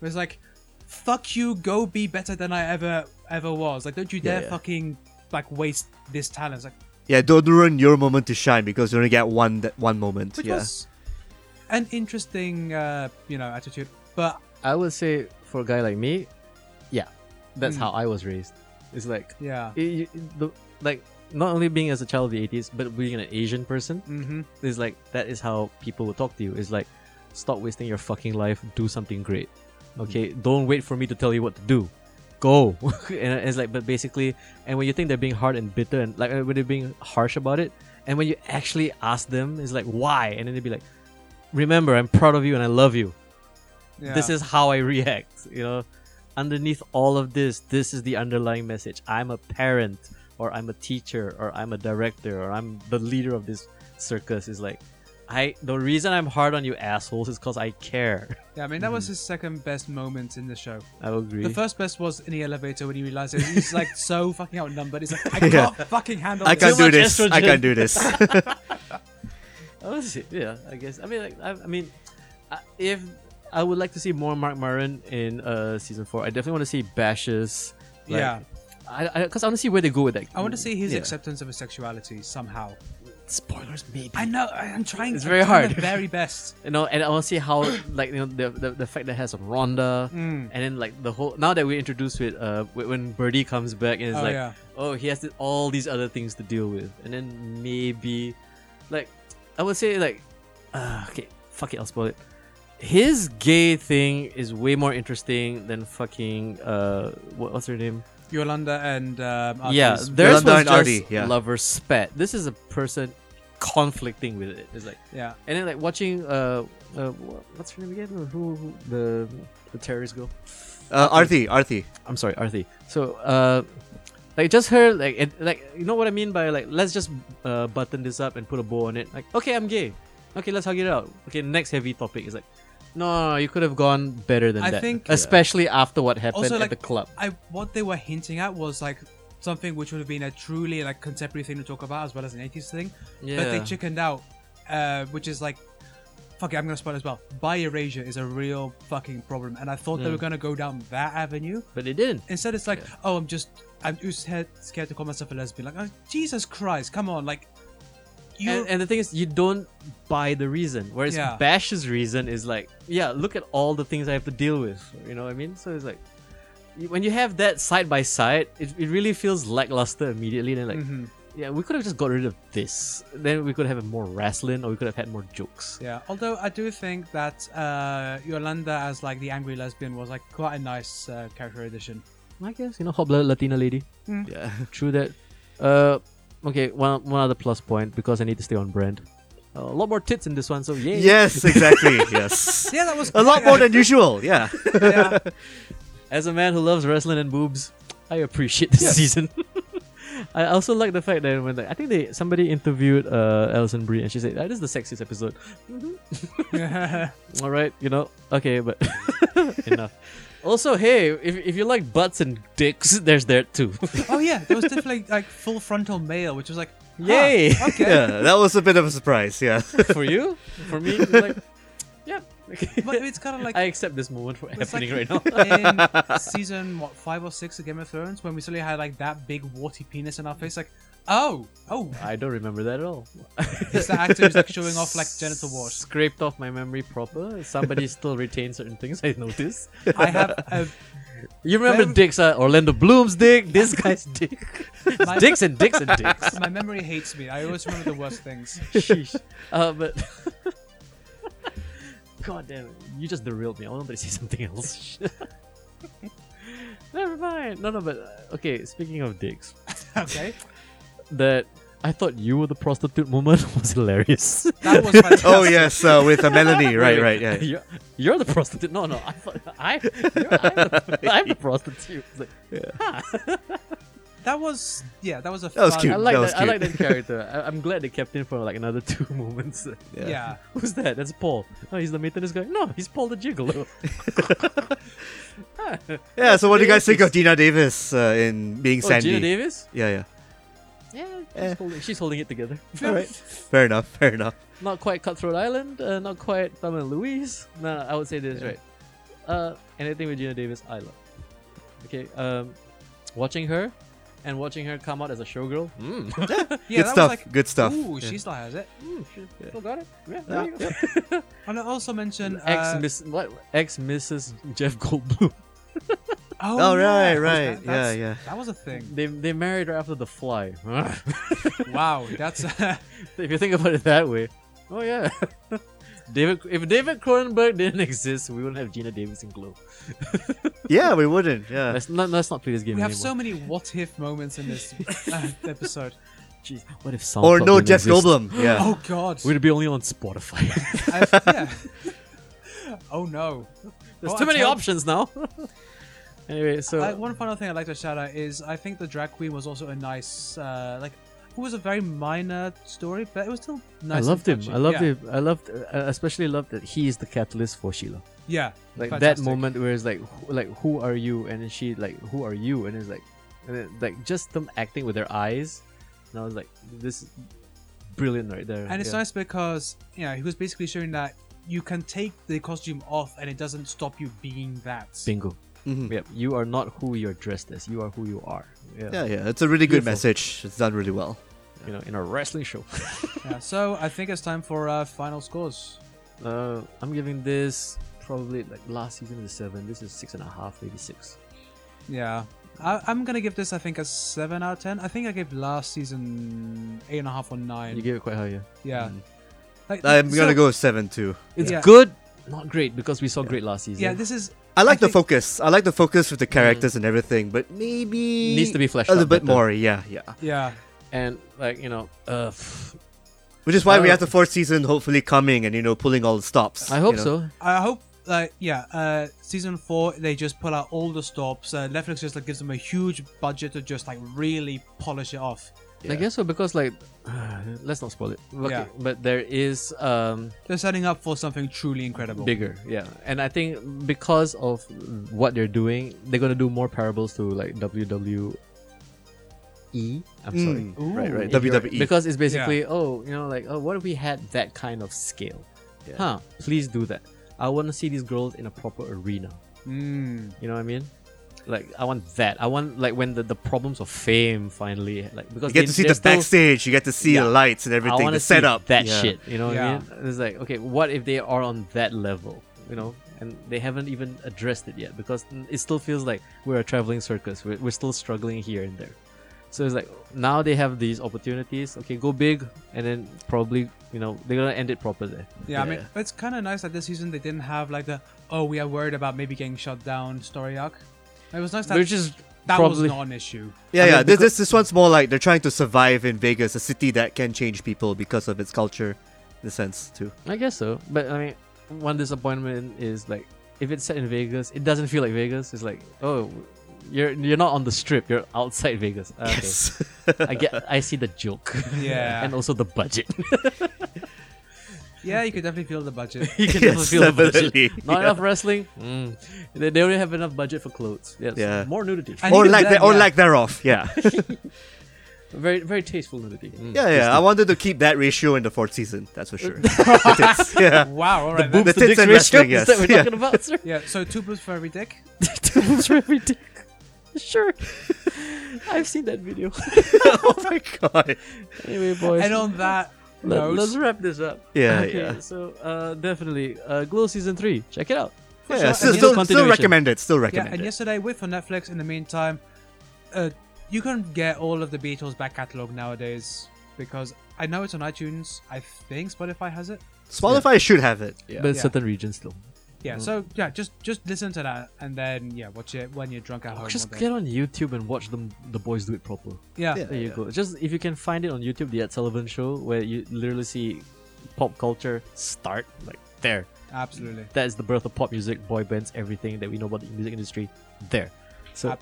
It was like, "Fuck you, go be better than I ever ever was." Like, don't you Yeah, dare yeah. fucking like waste this talent. It's like, Yeah, don't ruin your moment to shine because you only get one that one moment. which yeah. was an interesting, uh, you know, attitude. But I would say for a guy like me, yeah, that's Mm. how I was raised. It's like yeah, it, you- the, like not only being as a child of the 80s, but being an Asian person mm-hmm. is like that is how people will talk to you. It's like stop wasting your fucking life, do something great. Okay, don't wait for me to tell you what to do. Go. and it's like but basically and when you think they're being hard and bitter and like uh, when they're being harsh about it and when you actually ask them it's like why and then they'd be like remember I'm proud of you and I love you yeah. this is how I react. You know, underneath all of this, this is the underlying message. I'm a parent, or I'm a teacher, or I'm a director, or I'm the leader of this circus. Is like, I the reason I'm hard on you assholes is because I care. yeah. I mean, Mm. that was his second best moment in the show. I agree. The first best was in the elevator when he realized it. he's like so fucking outnumbered. He's like, I can't fucking handle I this. can't Too do much this. I estrogen. can't do this. Oh, shit, yeah, I guess. I mean, like, I, I mean, I, if I would like to see more Mark Maron in uh season four, I definitely want to see Bashes. like, yeah, I because I, want to see where they go with that. I want to see his Yeah. acceptance of his sexuality somehow. spoilers, maybe. I know. I- I'm trying. It's I'm very trying hard. My very best. you know, and I want to see how like you know the the, the fact that it has on Rhonda, Mm. and then like the whole now that we introduced with uh wh- when Birdie comes back and it's Oh, like yeah. oh he has th- all these other things to deal with, and then maybe like I would say like uh, okay fuck it I'll spoil it. His gay thing is way more interesting than fucking uh what, what's her name? Yolanda and um, yeah, Artis- theirs Yolanda was and just Artie, yeah. lover spat. This is a person conflicting with it. It's like. yeah. And then like watching uh, uh wha- what's her name again? Who, who the the terrorist girl? Uh, Arthi, Arthi. I'm sorry, Arthi. So uh, like just her like it, like you know what I mean by like let's just uh, button this up and put a bow on it. Like okay, I'm gay. Okay, let's hug it out. Okay, next heavy topic is like. No, no, no, you could have gone better than I that. think- especially after what happened Also, at like- the club. I what they were hinting at was like something which would have been a truly like contemporary thing to talk about as well as an 80s thing. But they Yeah. chickened out, uh, which is like, fuck it, I'm gonna spoil it as well. Bi erasure is a real fucking problem, and I thought they were Mm. gonna go down that avenue. But it didn't. Instead, it's like, oh, I'm just, I'm too scared, scared to call myself a lesbian. Like, oh, Jesus Christ, come on, like, you. and, and the thing is, you don't buy the reason. Whereas Yeah. Bash's reason is like, yeah, look at all the things I have to deal with. You know what I mean? So it's like, you- when you have that side by side, it, it really feels lackluster immediately. Then like, Mm-hmm, yeah, we could have just got rid of this. Then we could have had more wrestling, or we could have had more jokes. yeah, although I do think that uh, Yolanda as like the angry lesbian was like quite a nice uh, character addition. I guess you know, hot blooded Latina lady. Yeah. True that. Uh, okay, one one other plus point because I need to stay on brand. Uh, a lot more tits in this one, so yeah. Yes, exactly. yes. Yeah, that was A lot more than usual. Yeah. yeah. As a man who loves wrestling and boobs, I appreciate this season. I also like the fact that when like, I think they somebody interviewed uh, Alison Brie and she said, "That is the sexiest episode." All right, you know, okay, but enough. Also, hey, if, if you like butts and dicks, there's that too. Oh yeah, there was definitely like full frontal male, which was like, huh, Yay! okay. Yeah. That was a bit of a surprise. Yeah. for you, for me, it's like, yeah, okay. But it's kind of like I accept this moment for it's like happening right now. in season what five or six of Game of Thrones when we suddenly had like that big warty penis in our face, like, oh, oh, I don't remember that at all. it's the actor who's like showing off like genital warts. Scraped off my memory proper. Somebody still retains certain things. I noticed. I have a, You remember Then- dicks? Uh, Orlando Bloom's dick. This guy's dick. my, dicks and dicks and dicks. my memory hates me. I always remember the worst things. Sheesh. Uh, but God damn it! You just derailed me. I wanted to say something else. Never mind. No, no. But uh, okay. Speaking of dicks, Okay, that I thought you were the prostitute moment was hilarious. that was fantastic. Oh yes, uh, with uh, Melanie. Right. Wait, Right. Yeah. You're, you're the prostitute. No, no. I thought I. You're, I'm, the, I'm the prostitute. It's like, That was yeah, that was a That was fun- cute. I like That that. was I cute. like that character. I, I'm glad they kept him for like another two moments. Yeah. Who's that? That's Paul. Oh, he's the maintenance guy. No, he's Paul the Gigolo. Oh, Yeah. So, what do you guys think of Gina Davis uh, in being Oh, Sandy? Gina Davis. Yeah. Yeah. Yeah, she's, Eh. holding, she's holding it together. All right. Fair enough. Fair enough. Not quite Cutthroat Island. Uh, not quite Thelma and Louise. No, no, I would say this Yeah. right. Uh, anything with Gina Davis, I love. Okay. Um, watching her, and watching her come out as a showgirl. Mm. Yeah, good that stuff. was like, good stuff. ooh, she still has it. Mm, she still got it. Yeah, Yeah, there you go. And I also mentioned uh, Ex Miss what ex Mrs. Jeff Goldblum. Oh, Oh, yeah. right, right. That, Yeah, that's- yeah. That was a thing. They they married right after The Fly. Wow, that's if you think about it that way, oh yeah. David, if David Cronenberg didn't exist, we wouldn't have Gina Davis and Glow. yeah, we wouldn't. Yeah. Let's not let's not play this game we have so anymore. many what if moments in this uh, episode. Jeez, what if Or SoundCloud no didn't Jeff exist? Goldblum. Yeah. Oh God. We'd be only on Spotify. I- yeah. Oh no. There's Oh, too I many tell- options now. anyway, so I, Uh, one final thing I'd like to shout out is I think the drag queen was also a nice uh, like it was a very minor story, but it was still nice. I and loved him. touching. I loved yeah. him. I loved. I especially loved that he is the catalyst for Sheila. Yeah. Like Fantastic. that moment where it's like, wh- like who are you? And then she like, who are you? And it's like, and then, like just them acting with their eyes. And I was like, this is brilliant right there. And it's yeah. nice because you know he was basically showing that you can take the costume off and it doesn't stop you being that. Bingo. Mm. Mhm. Yep. You are not who you're dressed as. You are who you are. Yeah. Yeah, yeah. It's a really good Beautiful. message. It's done really well. You know, in a wrestling show. Yeah, so I think it's time for uh, final scores. Uh, I'm giving this probably like last season is seven. This is six and a half, maybe six. Yeah. I, I'm gonna give this, I think, a seven out of ten. I think I gave last season eight and a half or nine. You gave it quite high, yeah. yeah, like, Mm. I'm so- gonna go with seven too. It's Yeah. good, not great because we saw great last season. Yeah, this is. I like the think- focus. I like the focus with the characters and everything, but maybe needs to be fleshed a little out bit better. more. Yeah, yeah. Yeah, and like you know, uh, pff, Which is why we Uh, have the fourth season hopefully coming and you know pulling all the stops. I hope you know. so. I hope. Like, yeah, uh, season four they just put out all the stops. Uh, Netflix just like gives them a huge budget to just like really polish it off. Yeah. I guess so because like, let's not spoil it. Okay, Yeah. But there is um They're setting up for something truly incredible. bigger, yeah. And I think because of what they're doing, they're gonna do more parables to like WWE. I'm sorry. Mm, right, right. Ooh. If you're- WWE. Because it's basically oh you know like oh what if we had that kind of scale, Yeah. huh? Please do that. I want to see these girls in a proper arena. Mm. You know what I mean? Like I want that. I want like when the, the problems of fame finally like because you get they- to see they're the still- backstage, you get to see Yeah. the lights and I everything, wanna the see setup. that Yeah. shit. You know what Yeah. I mean? It's like okay, what if they are on that level? You know, and they haven't even addressed it yet because it still feels like we're a traveling circus. We're, we're still struggling here and there. So it's like now they have these opportunities. Okay, go big, and then probably you know they're gonna end it proper there. Yeah, I mean, Yeah. it's kind of nice that this season they didn't have like the oh we are worried about maybe getting shut down story arc. It was nice that Which is that probably was not an issue. Yeah, I mean, yeah. This, because- this this one's more like they're trying to survive in Vegas, a city that can change people because of its culture, in a sense too. I guess so. But I mean, one disappointment is like if it's set in Vegas, it doesn't feel like Vegas. It's like oh, you're you're not on the strip. You're outside Vegas. Ah, Okay. Yes. I get. I see the joke. Yeah. and also the budget. Yeah, you could definitely feel the budget. you can Yes, never feel the budget. definitely. Not Yeah. enough wrestling. Mm. They, they only have enough budget for clothes. Yes. Yeah. More nudity. And or even lack then, that, or yeah. lack thereof. Yeah, very very tasteful nudity. Mm. yeah, Tasty. yeah. I wanted to keep that ratio in the fourth season. That's for sure. The tits, yeah. Wow, all right. then. The Boobs to tits dicks and ratio, wrestling, Is that what yes. we're talking about, sir? Yeah, so two boobs for every dick. Two boobs for every dick. Sure. I've seen that video. oh my god. Anyway, boys. And on that Let, note, us wrap this up. Yeah, okay, yeah. So uh, definitely, uh, Glow season three. Check it out. sure, Yeah, and still, here's still, still continuation. recommend it. Still yeah, recommend and it. yesterday with for Netflix. In the meantime, uh, you can get all of the Beatles back catalog nowadays because I know it's on iTunes. I think Spotify has it. Spotify should have it. Yeah. But in Yeah. certain regions still. Yeah, Mm-hmm. so yeah, just just listen to that and then yeah, watch it when you're drunk at home. Just one day. get on YouTube and watch them. The boys do it proper. yeah. Yeah. There you go. Just if you can find it on YouTube, the Ed Sullivan Show, where you literally see pop culture start like there. absolutely. That is the birth of pop music, boy bands, everything that we know about the music industry there. So Ab-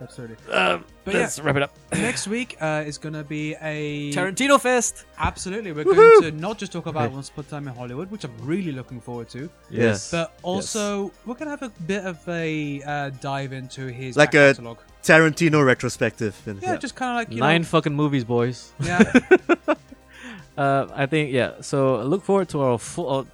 Absolutely. Uh, um, but let's wrap it up. Next week uh, is gonna be a Tarantino Fest. absolutely. We're going to not just talk about Once Upon a Time in Hollywood, which I'm really looking forward to, Yes. but also we're gonna have a bit of a uh, dive into his Like back a- catalog. Tarantino retrospective. And, Yeah, just kind of like you Nine fucking movies, boys. Know, yeah, Uh, I think yeah. So look forward to our full. Uh,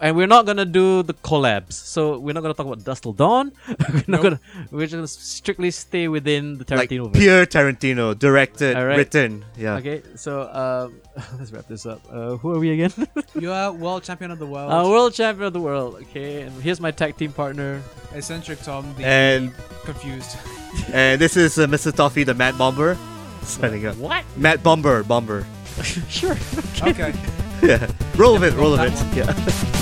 and we're not gonna do the collabs. So we're not gonna talk about Dust Till Dawn. we're not Nope. gonna. We're just gonna strictly stay within the like Tarantino. verse. pure Tarantino, directed, Alright. written. Yeah. Okay, so um, let's wrap this up. Uh, who are we again? You are world champion of the world. uh, world champion of the world. Okay, and here's my tag team partner. Eccentric Tom, the And confused. and this is uh, Mr. Toffee, the Mad Bomber. Signing up. What? Mad Bomber, Bomber. sure. Okay. Yeah. Roll of it, roll of it. Yeah.